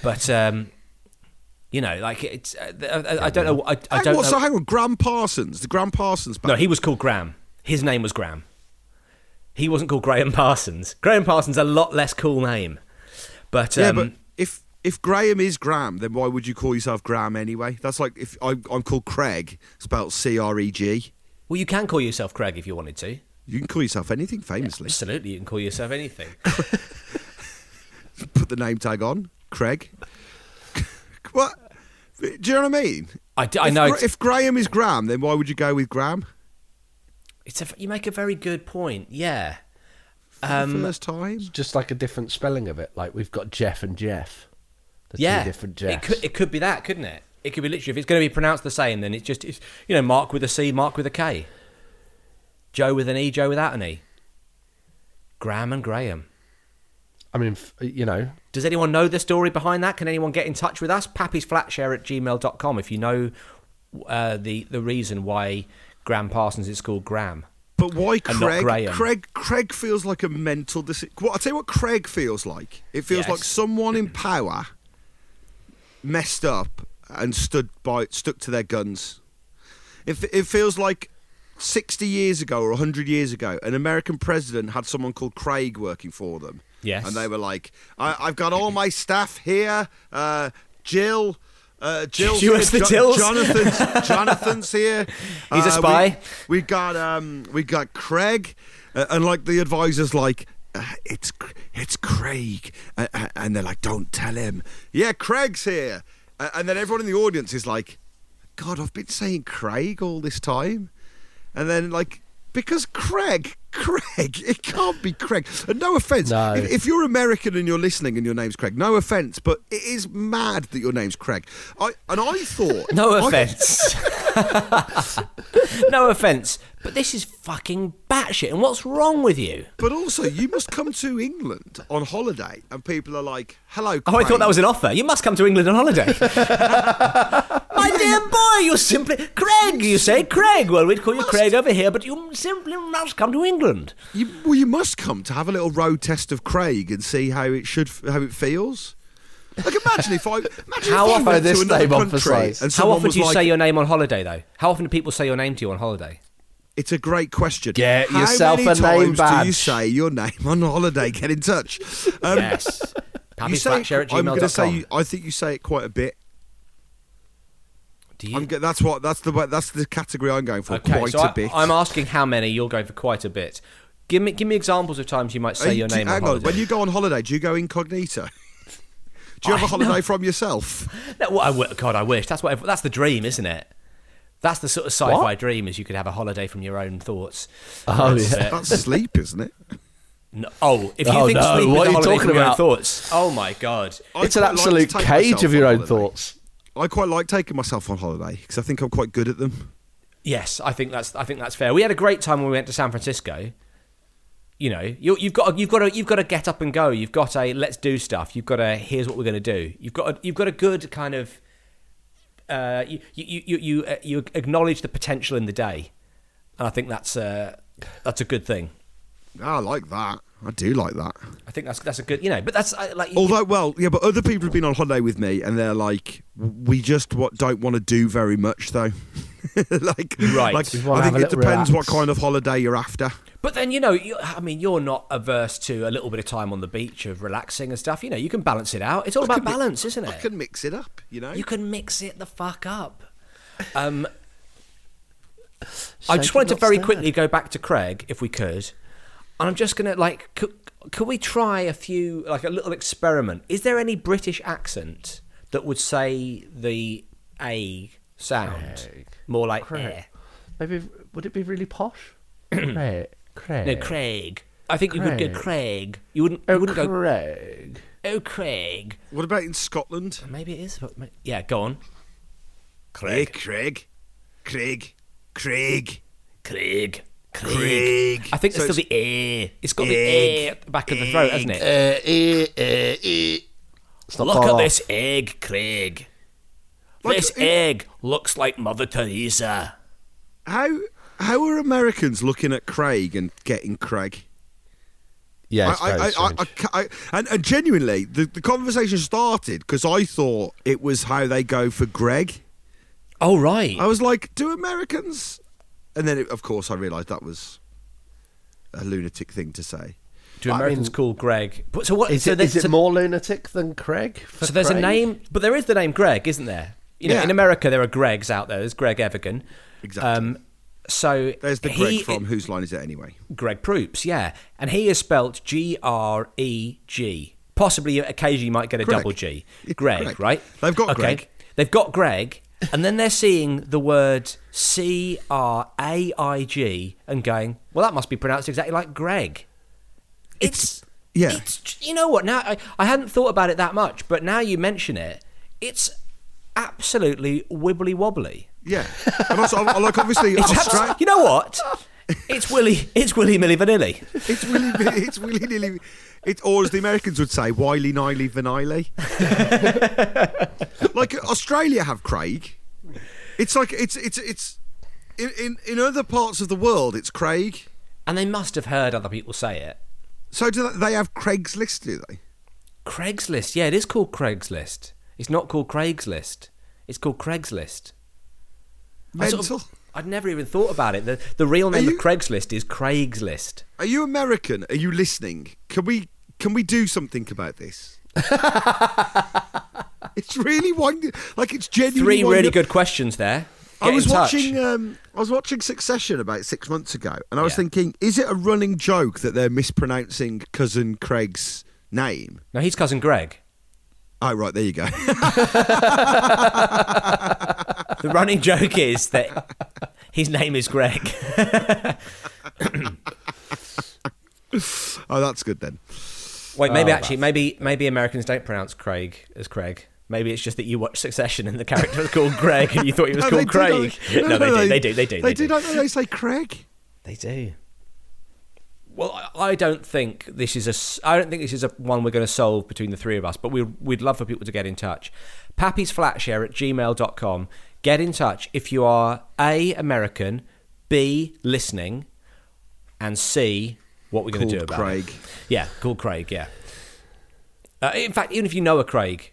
C: But um, you know, like it's. Uh, I- I, I don't know. I, I
A: Hang
C: don't.
A: on,
C: know.
A: so hang on, Graham Parsons, the Graham Parsons band.
C: No, he was called Graham. His name was Graham. He wasn't called Graham Parsons. Graham Parsons a lot less cool name. But um,
A: yeah, but if if Graham is Graham, then why would you call yourself Graham anyway? That's like if I'm, I'm called Craig, spelled C R E G.
C: well, you can call yourself Craig if you wanted to.
A: You can call yourself anything famously.
C: Absolutely, you can call yourself anything.
A: Put the name tag on, Craig. what? Do you know what I mean?
C: I, d- I
A: If
C: know.
A: Gra-
C: It's,
A: if Graham is Graham, then why would you go with Graham?
C: it's a, you make a very good point. Yeah.
A: the
C: Um,
A: first time.
B: Just like a different spelling of it. Like we've got Jeff and Jeff. The
C: yeah.
B: two different
C: it
B: Jeffs.
C: could, it could be that, couldn't it? It could be literally if it's going to be pronounced the same, then it's just it's, you know Mark with a C, Mark with a K, Joe with an E, Joe without an E, Graham and Graham.
B: I mean, f- you know,
C: Does anyone know the story behind that? Can anyone get in touch with us? Pappy'sflatshare at gmail.com if you know uh, the, the reason why Graham Parsons is called Graham.
A: But why
C: And not
A: Craig?
C: Graham.
A: Craig Craig feels like a mental decision. Well, I'll tell you what Craig feels like. It feels
C: Yes.
A: like someone in power messed up and stood by stuck to their guns. It, f- it feels like 60 years ago or 100 years ago, an American president had someone called Craig working for them.
C: Yes.
A: And they were like, I- I've got all my staff here. Uh, Jill. Uh, Jill's
C: You
A: here,
C: asked the
A: Jo-
C: Jills?
A: Jonathan's, Jonathan's here. Uh,
C: He's a
A: we-
C: spy.
A: we got um, we got Craig, uh, and like the advisors, like uh, it's Cr- it's Craig, uh, uh, and they're like, don't tell him. Yeah, Craig's here, uh, and then everyone in the audience is like, God, I've been saying Craig all this time, and then like because Craig. Craig, it can't be Craig. And no offense,
B: No.
A: if, if you're American and you're listening and your name's Craig, no offense, but it is mad that your name's Craig. I and I thought,
C: No
A: I-
C: offence. no offence. But this is fucking batshit. And what's wrong with you?
A: But also, you must come to England on holiday, and people are like, "Hello."
C: Oh, I thought
A: Craig."
C: that was an offer. You must come to England on holiday. My dear boy, you simply. Craig, you say Craig. Well, we'd call you Craig over here, but you simply must come to England.
A: You, well, you must come to have a little road test of Craig and see how it should, how it feels. Like, imagine if I imagine
C: How
A: if I
C: often
A: went
B: are this
A: to another
B: name
A: country
B: emphasised?
A: and
C: How
A: someone
C: often
A: was
C: do you
A: like,
C: say your name on holiday, though? How often do people say your name to you on holiday?
A: It's a great question.
B: Get
A: how
B: yourself
A: many
B: a
A: times
B: name
A: Do you
B: badge.
A: say your name on holiday? Get in touch. Um,
C: Yes.
A: You say,
C: Pappy'sflatshare at
A: I'm going to say.
C: gmail.com.
A: You, I think you say it quite a bit.
C: Do
A: I'm, go- that's what. That's the. way- That's the category I'm going for.
C: Okay,
A: quite
C: so
A: a
C: I-
A: bit.
C: I'm asking how many. You're going for quite a bit.
I: Give me give me examples of times you might say
A: Hey,
I: your
A: do-
I: name.
A: hang
I: on,
A: on.
I: holiday.
A: When you go on holiday, do you go incognito? do you have a holiday from yourself?
C: No, well, I w- God, I wish. That's what. ev- That's the dream, isn't it? That's the sort of sci-fi
A: What?
C: dream is you could have a holiday from your own thoughts.
A: Oh,
C: That's
A: yeah.
C: it.
A: That's sleep, isn't it?
C: No, oh, if you
B: Oh,
C: think
B: no,
C: sleep is
B: what are
C: a
B: you
C: holiday
B: talking
C: from your own
B: about?
C: thoughts, oh my God,
B: It's an absolute cage of your own thoughts.
A: I quite like taking myself on holiday because I think I'm quite good at them.
C: Yes, I think that's I think that's fair. We had a great time when we went to San Francisco. You know, you, you've got a, you've got a, you've got to get up and go. You've got a let's do stuff. You've got a here's what we're going to do. You've got a, you've got a good kind of uh, you you you you, uh, you acknowledge the potential in the day, and I think that's uh, that's a good thing.
A: Ah, I like that. I do like that.
C: I think that's that's a good you know, but that's uh, like
A: Although, well, yeah, but other people have been on holiday with me, and they're like, "We just what don't want to do very much, though." like,
C: Right.
A: Like,
C: We wanna
A: I
C: have
A: think
C: a
A: it
C: little
A: depends what
C: relax.
A: kind of holiday you're after.
C: But then you know, you, I mean, you're not averse to a little bit of time on the beach of relaxing and stuff. You know, you can balance it out. It's all about balance, isn't it? I can
A: mix it up. You know,
C: you can mix it the fuck up. Um, I just wanted to very quickly go back to Craig, if we could. And I'm just gonna like, could, could we try a few, like a little experiment? Is there any British accent that would say the a sound more like
B: Craig.
C: Craig.
B: Maybe would it be really posh? Craig. Craig.
C: eh. No, Craig. I think you would go
B: Craig.
C: Craig. You wouldn't. You
B: Oh,
C: wouldn't go
B: Craig.
C: Oh, Craig.
A: What about in Scotland?
C: Maybe it is. but ma- Yeah, go on.
A: Craig, Craig, Craig, Craig,
C: Craig,
A: Craig.
C: I think
A: So
C: there's
A: it's-
C: still the air. It's got the
A: Egg.
C: air at the back of the throat, hasn't it?
B: not
C: Look
B: far
C: at
B: off.
C: this egg, Craig.
A: Like,
C: this
A: it-
C: egg looks like Mother Teresa.
A: How how are Americans looking at Craig and getting Craig?
B: Yeah, it's
A: I,
B: very
A: I, I,
B: strange.
A: I, I, and, and genuinely, the, the conversation started because I thought it was how they go for Greg.
C: Oh right.
A: I was like, do Americans? And then, it, of course, I realised that was a lunatic thing to say.
C: Do
A: I
C: Americans
A: mean-
C: call Greg? But so what?
B: Is
C: so
B: it,
C: there's-
B: is it
C: so-
B: more lunatic than Craig? for
C: So there's a
B: Craig?
C: name, but there is the name Greg, isn't there? You know,
B: Yeah.
C: in America there are Gregs out there. There's Greg Evergan.
A: Exactly.
C: Um, so
A: There's the Greg
C: he-
A: from Whose Line Is It Anyway?
C: Greg Proops, yeah, and he is spelt G R E G. Possibly, occasionally, you might get a
A: Greg.
C: double G. Greg,
A: Greg.
C: right?
A: They've got
C: okay.
A: Greg.
C: They've got Greg, and then they're seeing the word C R A I G and going, well, that must be pronounced exactly like Greg. It's,
A: yeah.
C: It's you know what? Now I, I hadn't thought about it that much, but now you mention it, it's absolutely wibbly wobbly.
A: Yeah. And also, I- I like, obviously,
C: It's abs-
A: Austra-
C: you know what? It's Willy. It's Willy Milly Vanilly.
A: it's really, it's really, really, it's or as the Americans would say, wily, nily, vanily. like Australia have Craig. It's like it's it's it's in, in in other parts of the world, it's Craig.
C: And they must have heard other people say it.
A: So do they, they have Craigslist? Do they?
C: Craigslist. Yeah, it is called Craigslist. It's not called Craigslist. It's called Craigslist. I sort of-
A: Mental.
C: I'd never even thought about it. The, the real name of Craigslist is Craigslist.
A: Are you American? Are you listening? Can we can we do something about this? it's really winding. Like it's genuinely
C: Three really
A: winding-
C: good questions there.
A: I
C: Get
A: was
C: in touch.
A: watching. Um, I was watching Succession about six months ago, and I was thinking, is it a running joke that they're mispronouncing cousin Craig's name?
C: No, he's cousin Greg.
A: Oh, right, there you go.
C: The running joke is that his name is Greg.
A: oh, that's good then.
C: Wait, maybe
A: Oh,
C: actually, maybe maybe Americans don't pronounce Craig as Craig. Maybe it's just that you watch Succession and the character was called Greg and you thought he was
A: No,
C: called
A: they do, don't
C: Craig.
A: they?
C: no, they, do. They do. They do.
A: They do. Don't they? They say Craig.
C: They do. Well, I- I don't think this is a. s- I don't think this is a one we're going to solve between the three of us. But we we'd love for people to get in touch. Pappy's flatshare at gmail.com. Get in touch if you are a American, b listening, and c what we're going to do
A: Called
C: about it.
A: Craig.
C: Yeah, called Craig. Yeah. Uh, in fact, even if you know a Craig,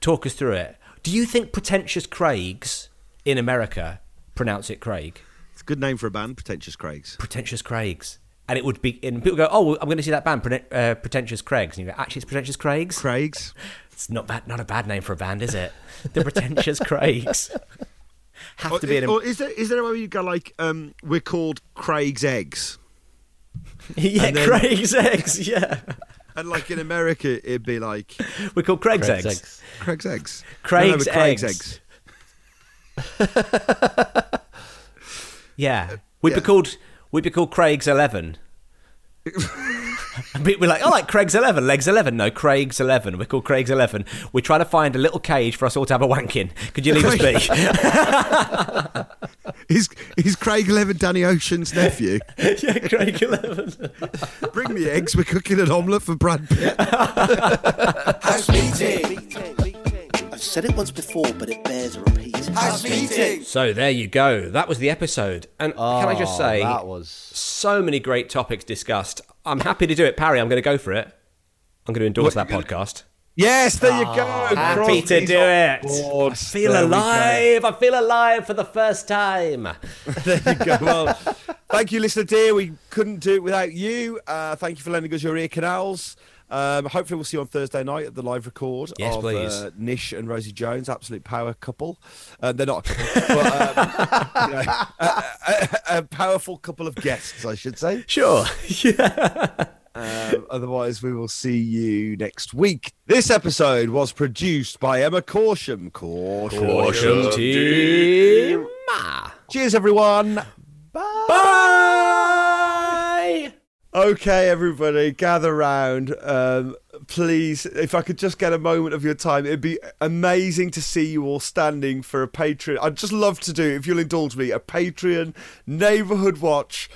C: talk us through it. Do you think pretentious Craigs in America pronounce it Craig?
A: It's a good name for a band, Pretentious Craigs.
C: Pretentious Craigs. And it would be, and people go, oh, well, I'm going to see that band, Preten- uh, Pretentious Craigs. And you go, actually, it's Pretentious Craigs.
A: Craigs.
C: It's not bad, not a bad name for a band, is it? The Pretentious Craigs. Have
A: Or,
J: Oh,
C: to be an.
A: or is there is there a way you go like um, we're called Craig's eggs?
C: yeah,
J: And then-
C: Craig's eggs. Yeah.
J: And like in America, it'd be like
C: we call Craig's,
J: Craig's
C: eggs.
J: eggs. Craig's eggs.
C: Craig's,
J: No, no, but Craig's
C: eggs.
J: eggs. Uh,
C: Yeah, we'd be called we'd be called Craig's Eleven. And people were like, "I like Craig's Eleven, Legs Eleven." No, Craig's Eleven. We're called Craig's Eleven. We're trying to find a little cage for us all to have a wank in. Could you leave us be?
J: Is is Craig Eleven Danny Ocean's nephew?
C: yeah, Craig Eleven.
J: Bring me eggs. We're cooking an omelette for Brad Pitt.
F: House meeting. I've said it once before, but it bears repeating. House meeting.
C: so there you go. That was the episode. And can I just
B: Oh,
C: say,
B: that was
C: so many great topics discussed. I'm happy to do it, Parry. I'm going to go for it. I'm going to endorse that podcast.
A: Yes, there you go.
C: Ah, Happy to
A: Crosby's
C: do
A: on
C: it.
A: board.
C: I feel
A: There we go.
C: alive. I feel alive for the first time.
A: There you go. Well, thank you, listener dear. We couldn't do it without you. Uh, thank you for lending us your ear canals. Um, hopefully, we'll see you on Thursday night at the live record
C: Yes,
A: of
C: please.
A: Uh, Nish and Rosie Jones, absolute power couple. Uh, they're not a couple, but um, you know, a, a- a powerful couple of guests, I should say.
C: Sure.
A: Um, otherwise, we will see you next week. This episode was produced by Emma Corsham. Corsham.
C: Caution team.
A: Cheers, everyone.
C: Bye.
A: Okay, everybody, gather round. Um, please, if I could just get a moment of your time, it'd be amazing to see you all standing for a Patreon. I'd just love to do, if you'll indulge me, a Patreon neighborhood watch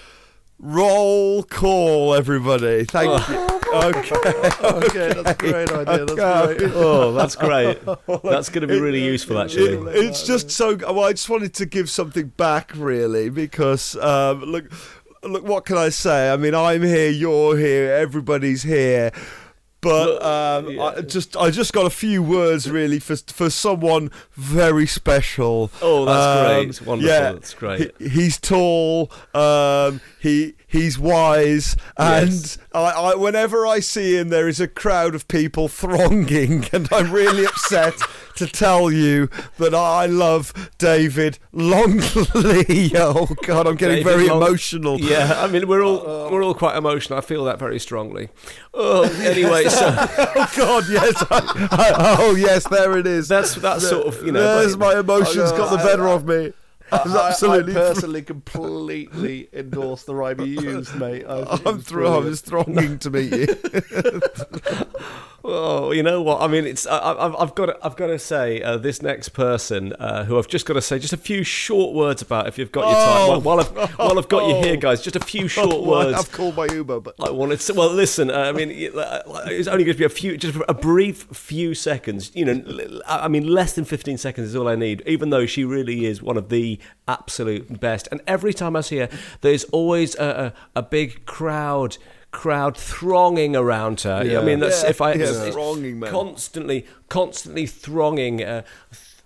A: roll call, everybody. Thank you. Okay. Oh. okay, that's a great idea. That's great.
C: Oh, that's great. That's going to be really useful, actually.
A: It- it's just so. Well, I just wanted to give something back, really, because um, look, look. What can I say? I mean, I'm here, you're here, everybody's here. But um, I just, I just got a few words really for for someone very special.
C: Oh, that's
A: Um,
C: great. It's wonderful.
A: Yeah,
C: That's great.
A: He- he's tall. Um, he he's wise, and
C: Yes.
A: I, I, whenever I see him, there is a crowd of people thronging, and I'm really upset to tell you that I love David Longley. Oh God, I'm getting
C: David
A: very
C: Long-
A: emotional.
C: Yeah, I mean we're all we're all quite emotional. I feel that very strongly. Oh, anyway, so
A: Oh God, yes. I, I, oh yes, there it is.
C: that's that sort of you know. uh,
A: There's
C: like-
A: my emotions got the better of me. I was absolutely
B: I, I personally completely endorse the rhyme you used, mate. I think it
A: I'm
B: was
A: through. I
B: brilliant.
A: was thronging to meet you.
C: Oh, you know what? I mean, it's I, I- I've, I've got to, I've got to say uh, this next person uh, who I've just got to say just a few short words about if you've got your time
A: Oh.
C: while, while I've while I've got you here, guys. Just a few short words.
B: I've called my Uber, but
C: I wanted to. Well, listen. Uh, I mean, it- like, it's only going to be a few, just a brief few seconds. You know, l- I I mean, less than fifteen seconds is all I need. Even though she really is one of the absolute best, and every time I see her, there's always a, a, a big crowd, crowd thronging around her. I mean, that's
A: Yeah.
C: if I
A: Yeah,
C: it's-
A: thronging, man.
C: constantly, constantly thronging. Uh,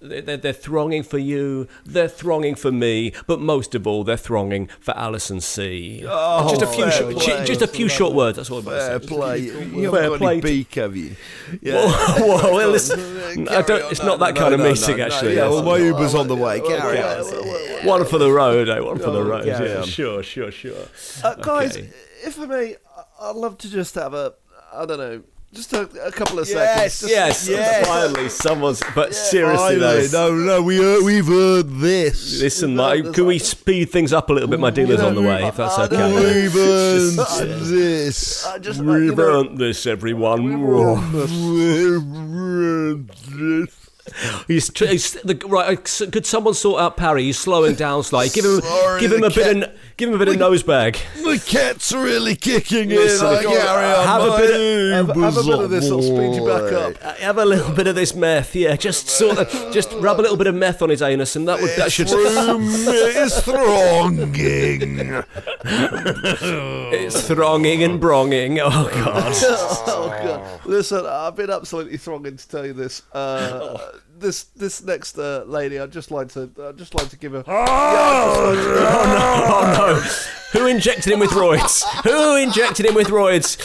C: th- they're, they're thronging for you. They're thronging for me. But most of all, they're thronging for Alison C. just a few,
A: Oh, fair
C: short,
A: play.
C: just a few short words. That's all I'm
A: Fair
C: about.
A: play. You
C: Fair
A: haven't got
C: play
A: any
C: to-
A: beak, have you? Yeah.
C: Whoa, whoa, well,
A: Carry
C: listen, I don't,
A: on.
C: it's
A: No,
C: not that
A: no,
C: kind of
A: no, no,
C: meeting,
A: no.
C: actually.
A: Yeah,
C: It's
A: well, my
C: not-
A: Uber's on the way. Carry
C: yeah,
A: on.
C: well, well, One for the road, eh? One for the road.
A: Oh, carry
C: Yeah,
A: on.
C: sure, sure, sure.
B: Uh, guys,
C: Okay.
B: if I may, I- I'd love to just have a, I don't know, just a, a couple of
A: Yes,
B: seconds. just-
C: Yes,
A: Yes.
C: finally, someone's. But seriously,
A: Finally,
C: though,
A: no, no, we
B: uh,
A: heard, we've heard this.
C: listen, my, can we speed things up a little bit? My dealer's on the way, if that's
B: I don't
C: okay.
A: We've earned
C: Ah,
B: Just-
A: this.
B: I just, like, you
C: We've
B: know,
C: earned this, everyone.
A: We've earned this.
C: He's, tr- he's the, right. uh, s- Could someone sort out Parry? He's slowing down slightly. Give him,
A: Sorry,
C: give him
A: the
C: a bit of, give him a bit of nose bag.
A: My cat's really kicking
C: Listen,
A: in. I
C: God,
A: carry on.
C: have a
A: my
C: bit
B: have, have a
A: Uber's
B: bit
A: on
B: of this, I'll
A: the
B: speed you back
A: way.
B: up.
C: Uh, Have a little bit of this meth, yeah. Just sort of, just rub a little bit of meth on his anus, and that would that should.
A: Room is thronging.
C: It's thronging and bronging. Oh god.
B: oh god! Listen, I've been absolutely thronging to tell you this. Uh,
C: Oh.
B: This this next uh, lady, I'd just like to, I'd just like to give her.
C: Oh no. Who injected him with roids? Who injected him with roids?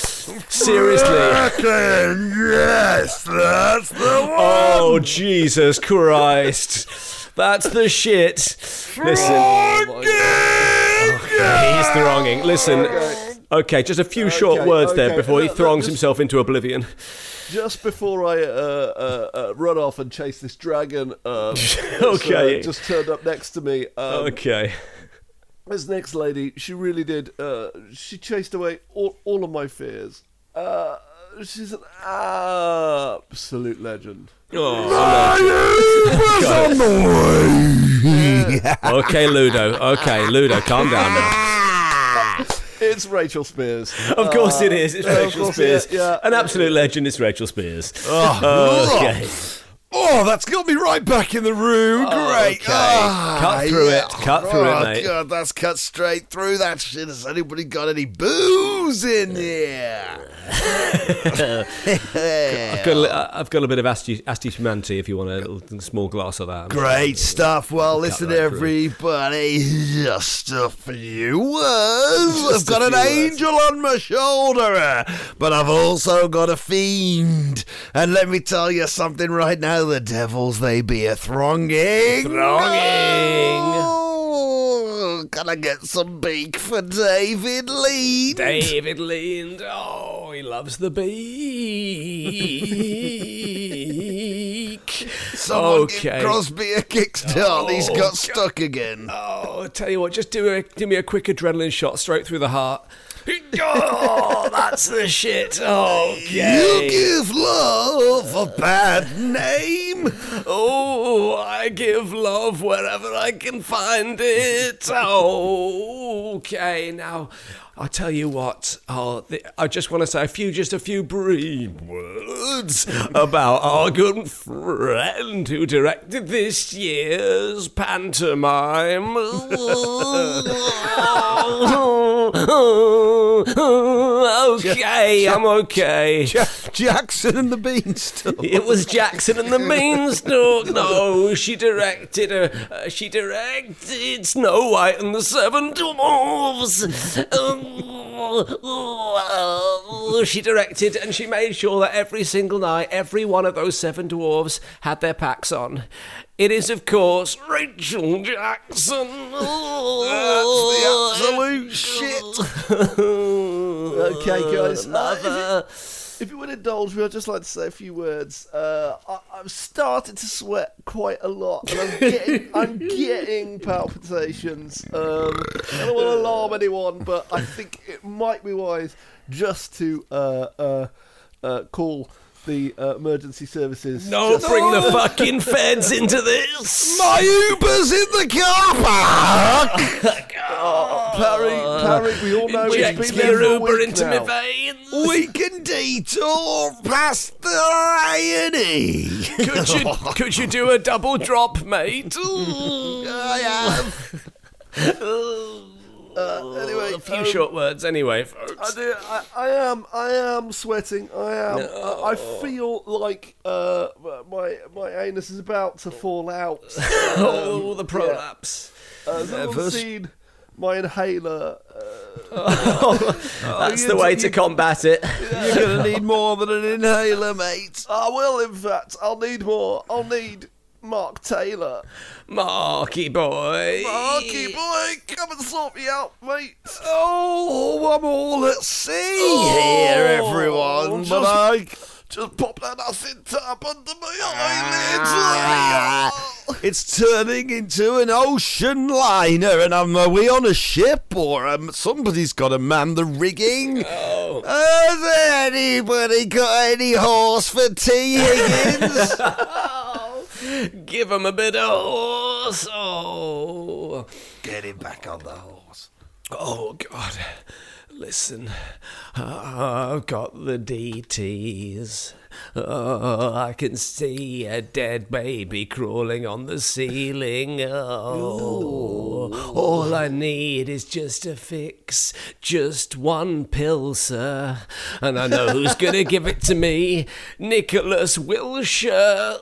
C: Seriously.
A: Reckon, yes, that's the one.
C: Oh Jesus Christ. That's the shit. Listen. He's thronging. Listen. Okay, just a few short
B: Okay,
C: words there
B: okay.
C: before he
B: Look, look,
C: throngs
B: just-
C: himself into oblivion.
B: Just before I uh, uh, uh, run off and chase this dragon, uh, that's, uh,
C: Okay.
B: just turned up next to me. Um,
C: okay.
B: This next lady, she really did. Uh, she chased away all, all of my fears. Uh, she's an absolute legend.
C: Oh, okay, Ludo. Okay, Ludo, calm down now.
B: It's Rachel Spears.
C: Of course
B: Uh,
C: it is. It's
B: of
C: Rachel
B: course
C: Spears.
B: it is, yeah. Ah.
C: An absolute legend. It's Rachel Spears.
A: Oh,
C: okay.
A: Oh, that's got me right back in the room.
B: Oh,
A: Great. Ah,
C: okay. Cut through it. Cut through it,
A: Oh,
C: mate.
A: God, that's cut straight through that shit. Has anybody got any booze in here?
C: I've got, a, li- I've got a bit of asti asti humanity if you want a little small glass of that.
A: Great stuff. Well, listen,
C: right through.
A: everybody, just a few words. I've
C: Just a
A: got an
C: few words.
A: angel on my shoulder, but I've also got a fiend. And let me tell you something right now the devils, they be a thronging.
C: Thronging.
A: Oh, can I get some beak for David Lean?
C: David Lind. Oh, he loves the beak.
A: Someone
C: Okay.
A: give Crosby a kickstart. He's
C: Oh,
A: got
C: God.
A: stuck again.
C: Oh, tell you what, just do a do me a quick adrenaline shot straight through the heart. Oh, that's the shit. Oh,
A: You
C: Okay.
A: give love a bad name.
C: Oh, I give love wherever I can find it. Oh, okay. Now, I'll tell you what. Oh, the, I just want to say a few, just a few brief words about our good friend who directed this year's pantomime. okay, I'm okay.
A: Jackson and the Beanstalk.
C: It was Jackson and the Beanstalk. No, she directed a. Uh, she directed Snow White and the Seven Dwarfs. Oh, oh, she directed and she made sure that every single night, every one of those seven dwarves had their packs on. It is, of course, Rachel Jackson.
A: That's the absolute shit.
B: Okay, guys. Uh, if you-
C: Mother.
B: If you would indulge me, I'd just like to say a few words. Uh, I, I've started to sweat quite a lot, and I'm getting, I'm getting palpitations. Um, I don't want to alarm anyone, but I think it might be wise just to uh, uh, uh, call the uh, emergency services.
C: No,
B: just-
C: bring the fucking feds into this.
A: My Uber's in the car park.
B: Parry, Parry, we all know
C: Inject
B: it's been
C: your
B: there for a
C: Uber
B: week
C: into
B: now.
C: my veins.
A: we can detour past the E. irony.
C: Could you could you do a double drop, mate?
A: I have.
B: Anyway,
C: a few short words, anyway, folks.
B: I do. I, I am. I am sweating. I am. I, I feel like uh, my my anus is about to fall out.
C: Oh, the prolapse.
B: Uh, has anyone
A: Nervous.
B: seen my inhaler? Uh,
C: That's the way to combat it.
A: You're gonna need more than an inhaler, mate.
B: I will. In fact, I'll need more. I'll need Mark Taylor.
C: Marky boy.
B: Marky boy, come and sort me out, mate. Oh,
A: Oh, I'm all at sea here, everyone.
B: just-
A: But I
B: Just pop that acid tap under my eyelids.
A: Ah.
B: Ah.
A: it's turning into an ocean liner, and I'm are we on a ship or um, somebody's got to man the rigging? Oh. Has anybody got any horse for tea, Higgins?
C: Give him a bit of horse. Oh.
A: Get him back on the horse.
C: Oh God! Listen, I've got the DTs. Oh, I can see a dead baby crawling on the ceiling. Oh, all I need is just a fix, just one pill, sir. And I know who's gonna give it to me, Nicholas Wilshire.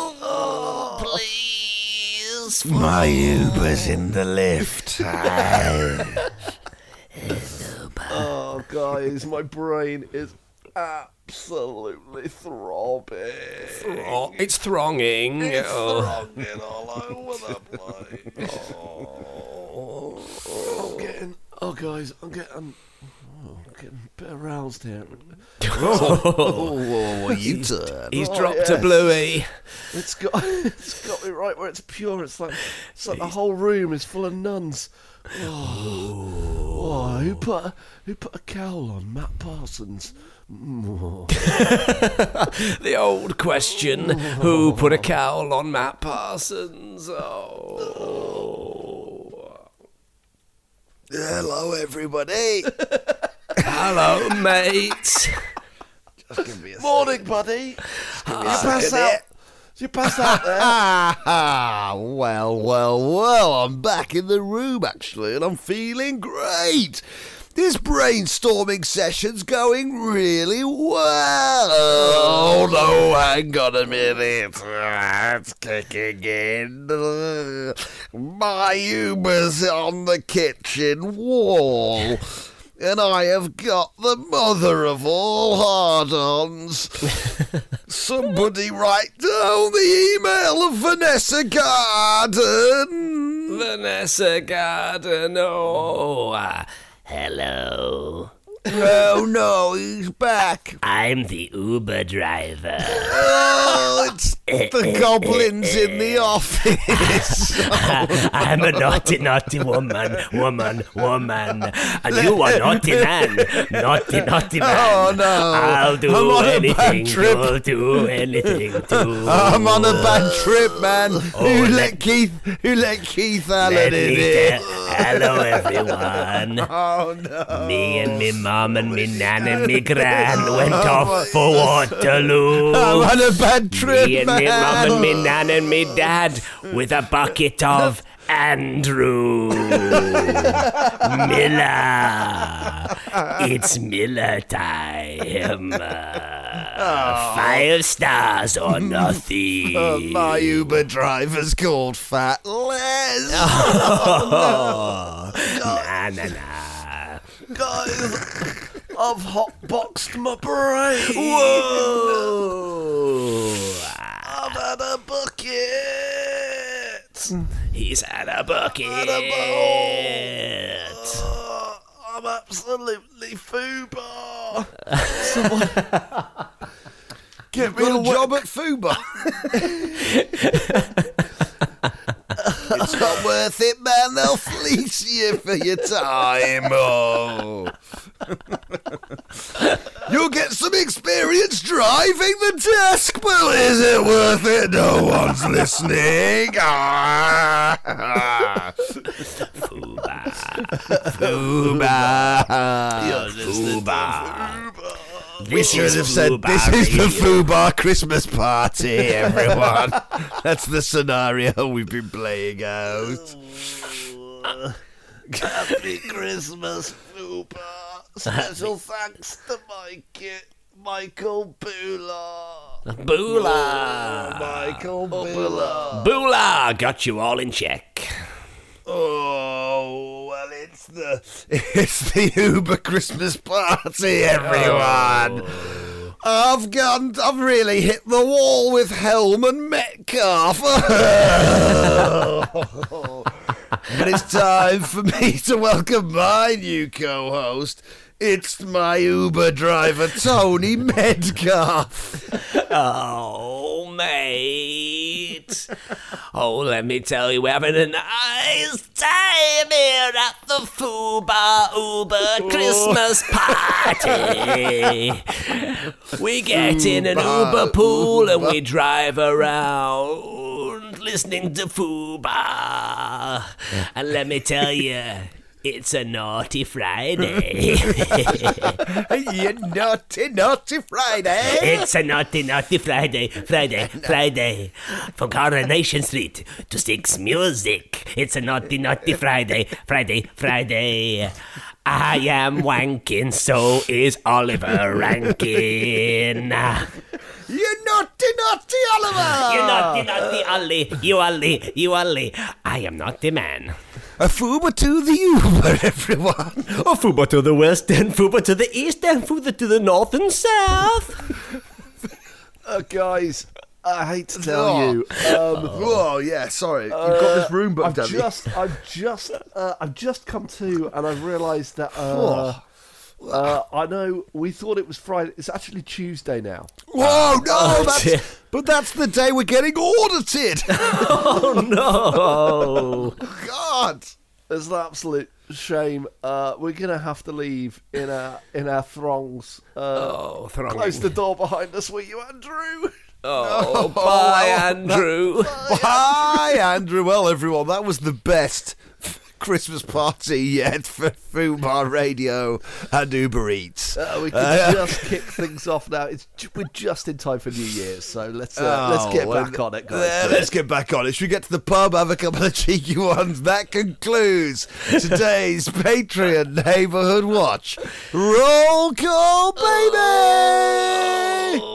C: Oh, please.
A: My Uber's in the lift.
B: Oh, guys, my brain is absolutely throbbing.
C: Oh, it's thronging. Oh.
B: Thronging all over the place. Oh, I'm getting. Oh, guys, I'm getting. Oh, getting a bit aroused here.
F: Oh,
B: you
F: he's-
B: turn. Oh,
F: he's dropped a bluey.
B: It's got, it's got me right where it's pure. It's like, it's like the whole room is full of nuns. Oh, oh, who put a, who put a cowl on? Matt Parsons. Uh,
F: the old question:
B: Oh.
F: Who put a cowl on Matt Parsons? Oh.
B: Hello, everybody.
F: Hello, mate.
B: Morning, buddy.
F: give
B: you
F: me a
B: pass
F: second
B: out.
F: here.
B: You pass out there.
A: Ah, well, well, well, I'm back in the room actually, and I'm feeling great. This brainstorming session's going really well. Oh no, hang on a minute. Ah, It's kicking in. My humour's on the kitchen wall. And I have got the mother of all hard ons. Somebody write down the email of Vanessa Garden.
F: Vanessa Garden. Oh, uh,
C: Hello.
A: Oh no, he's back.
C: I'm the Uber driver.
A: Oh, it's the goblins in the office.
C: I'm a naughty, naughty woman, woman, woman. And you are naughty man, naughty, naughty man.
A: Oh no!
C: I'll do
A: I'm on a
C: anything.
A: bad trip.
C: You'll do anything to.
A: I'm on a bad trip, man. who
C: Oh, let-
A: let, Keith? Who let Keith Allen
C: Let
A: in
C: me
A: here?
C: tell- hello, everyone.
A: Oh no!
C: Me and me mom and me nan and me gran went off for Waterloo.
A: I'm on a bad trip,
C: Me and me mom and
A: man.
C: me nan and me dad with a bucket of Andrew Miller. It's Miller time. Five stars or nothing.
A: Uh, my Uber driver's called Fat Les.
C: Oh, nah, nah, nah.
B: Guys, I've hotboxed my brain.
C: I've had a bucket. He's had a bucket.
A: Oh,
B: I'm absolutely foobar. Someone get me
A: Got a
B: wet-
A: job at Fuba. it's not worth it, man. They'll fleece you for your time. Oh. You'll get some experience driving the desk, but is it worth it? No one's listening. Ah. Fuba.
C: Fuba.
A: We
C: This
A: should
C: is
A: have said
C: Fubar
A: this is the
C: Radio."
A: Fubar Christmas party, everyone. That's the scenario we've been playing out.
B: Happy Christmas, Fubar. Special thanks to my kid, Michael Bula.
A: Ah.
C: Boola.
B: Michael Bula.
C: Boola got you all in check.
A: Oh well, it's the it's the Uber Christmas party, everyone. Oh. I've gone. I've really hit the wall with Helm and Metcalf. but it's time for me to welcome my new co-host. It's my Uber driver, Tony Metcalf.
C: Oh, mate. oh, let me tell you, we're having a nice time here at the Fuba Uber Christmas party. we get in an
F: Fubar
C: Uber pool and we drive around listening to Fuba. and let me tell you, it's a naughty Friday.
A: you naughty, naughty Friday.
C: It's a naughty, naughty Friday, Friday, Friday. From Coronation Street to Six Music. It's a naughty, naughty Friday, Friday, Friday. I am wanking, so is Oliver Rankin.
A: You naughty, naughty Oliver.
C: You naughty, naughty Ollie, you Ollie, you Ollie. I am naughty man.
A: A Fuba to the Uber, everyone.
C: A Fuba Oh, to the west and Fuba to the east and Fuba to the north and south.
B: Uh, guys, I hate to tell
A: Oh.
B: you. Um, Uh,
A: oh yeah, sorry. You've got this room
B: I've
A: booked, haven't you?
B: just, I've just, uh, I've just come to, and I've realised that uh, Uh, I know we thought it was Friday. It's actually Tuesday now.
A: Whoa, no, that's, but that's the day we're getting audited.
B: oh
A: no.
B: God, it's an absolute shame. Uh, we're gonna have to leave in our in our throngs. Uh,
C: Oh, thronging.
B: Close the door behind us, will you, Andrew?
C: Oh, bye, Andrew.
B: Oh,
A: Bye, Andrew. Well, everyone, that was the best Christmas party yet for Fubar Radio and Uber Eats.
B: Uh, we can just kick things off now. It's ju- we're just in time for New Year's, so let's uh, let's get
A: Oh,
B: back
A: well,
B: on it, guys.
A: yeah, let's get back on it. Should we get to the pub, have a couple of cheeky ones? That concludes today's Patreon Neighborhood Watch. Roll call, baby!
B: Oh.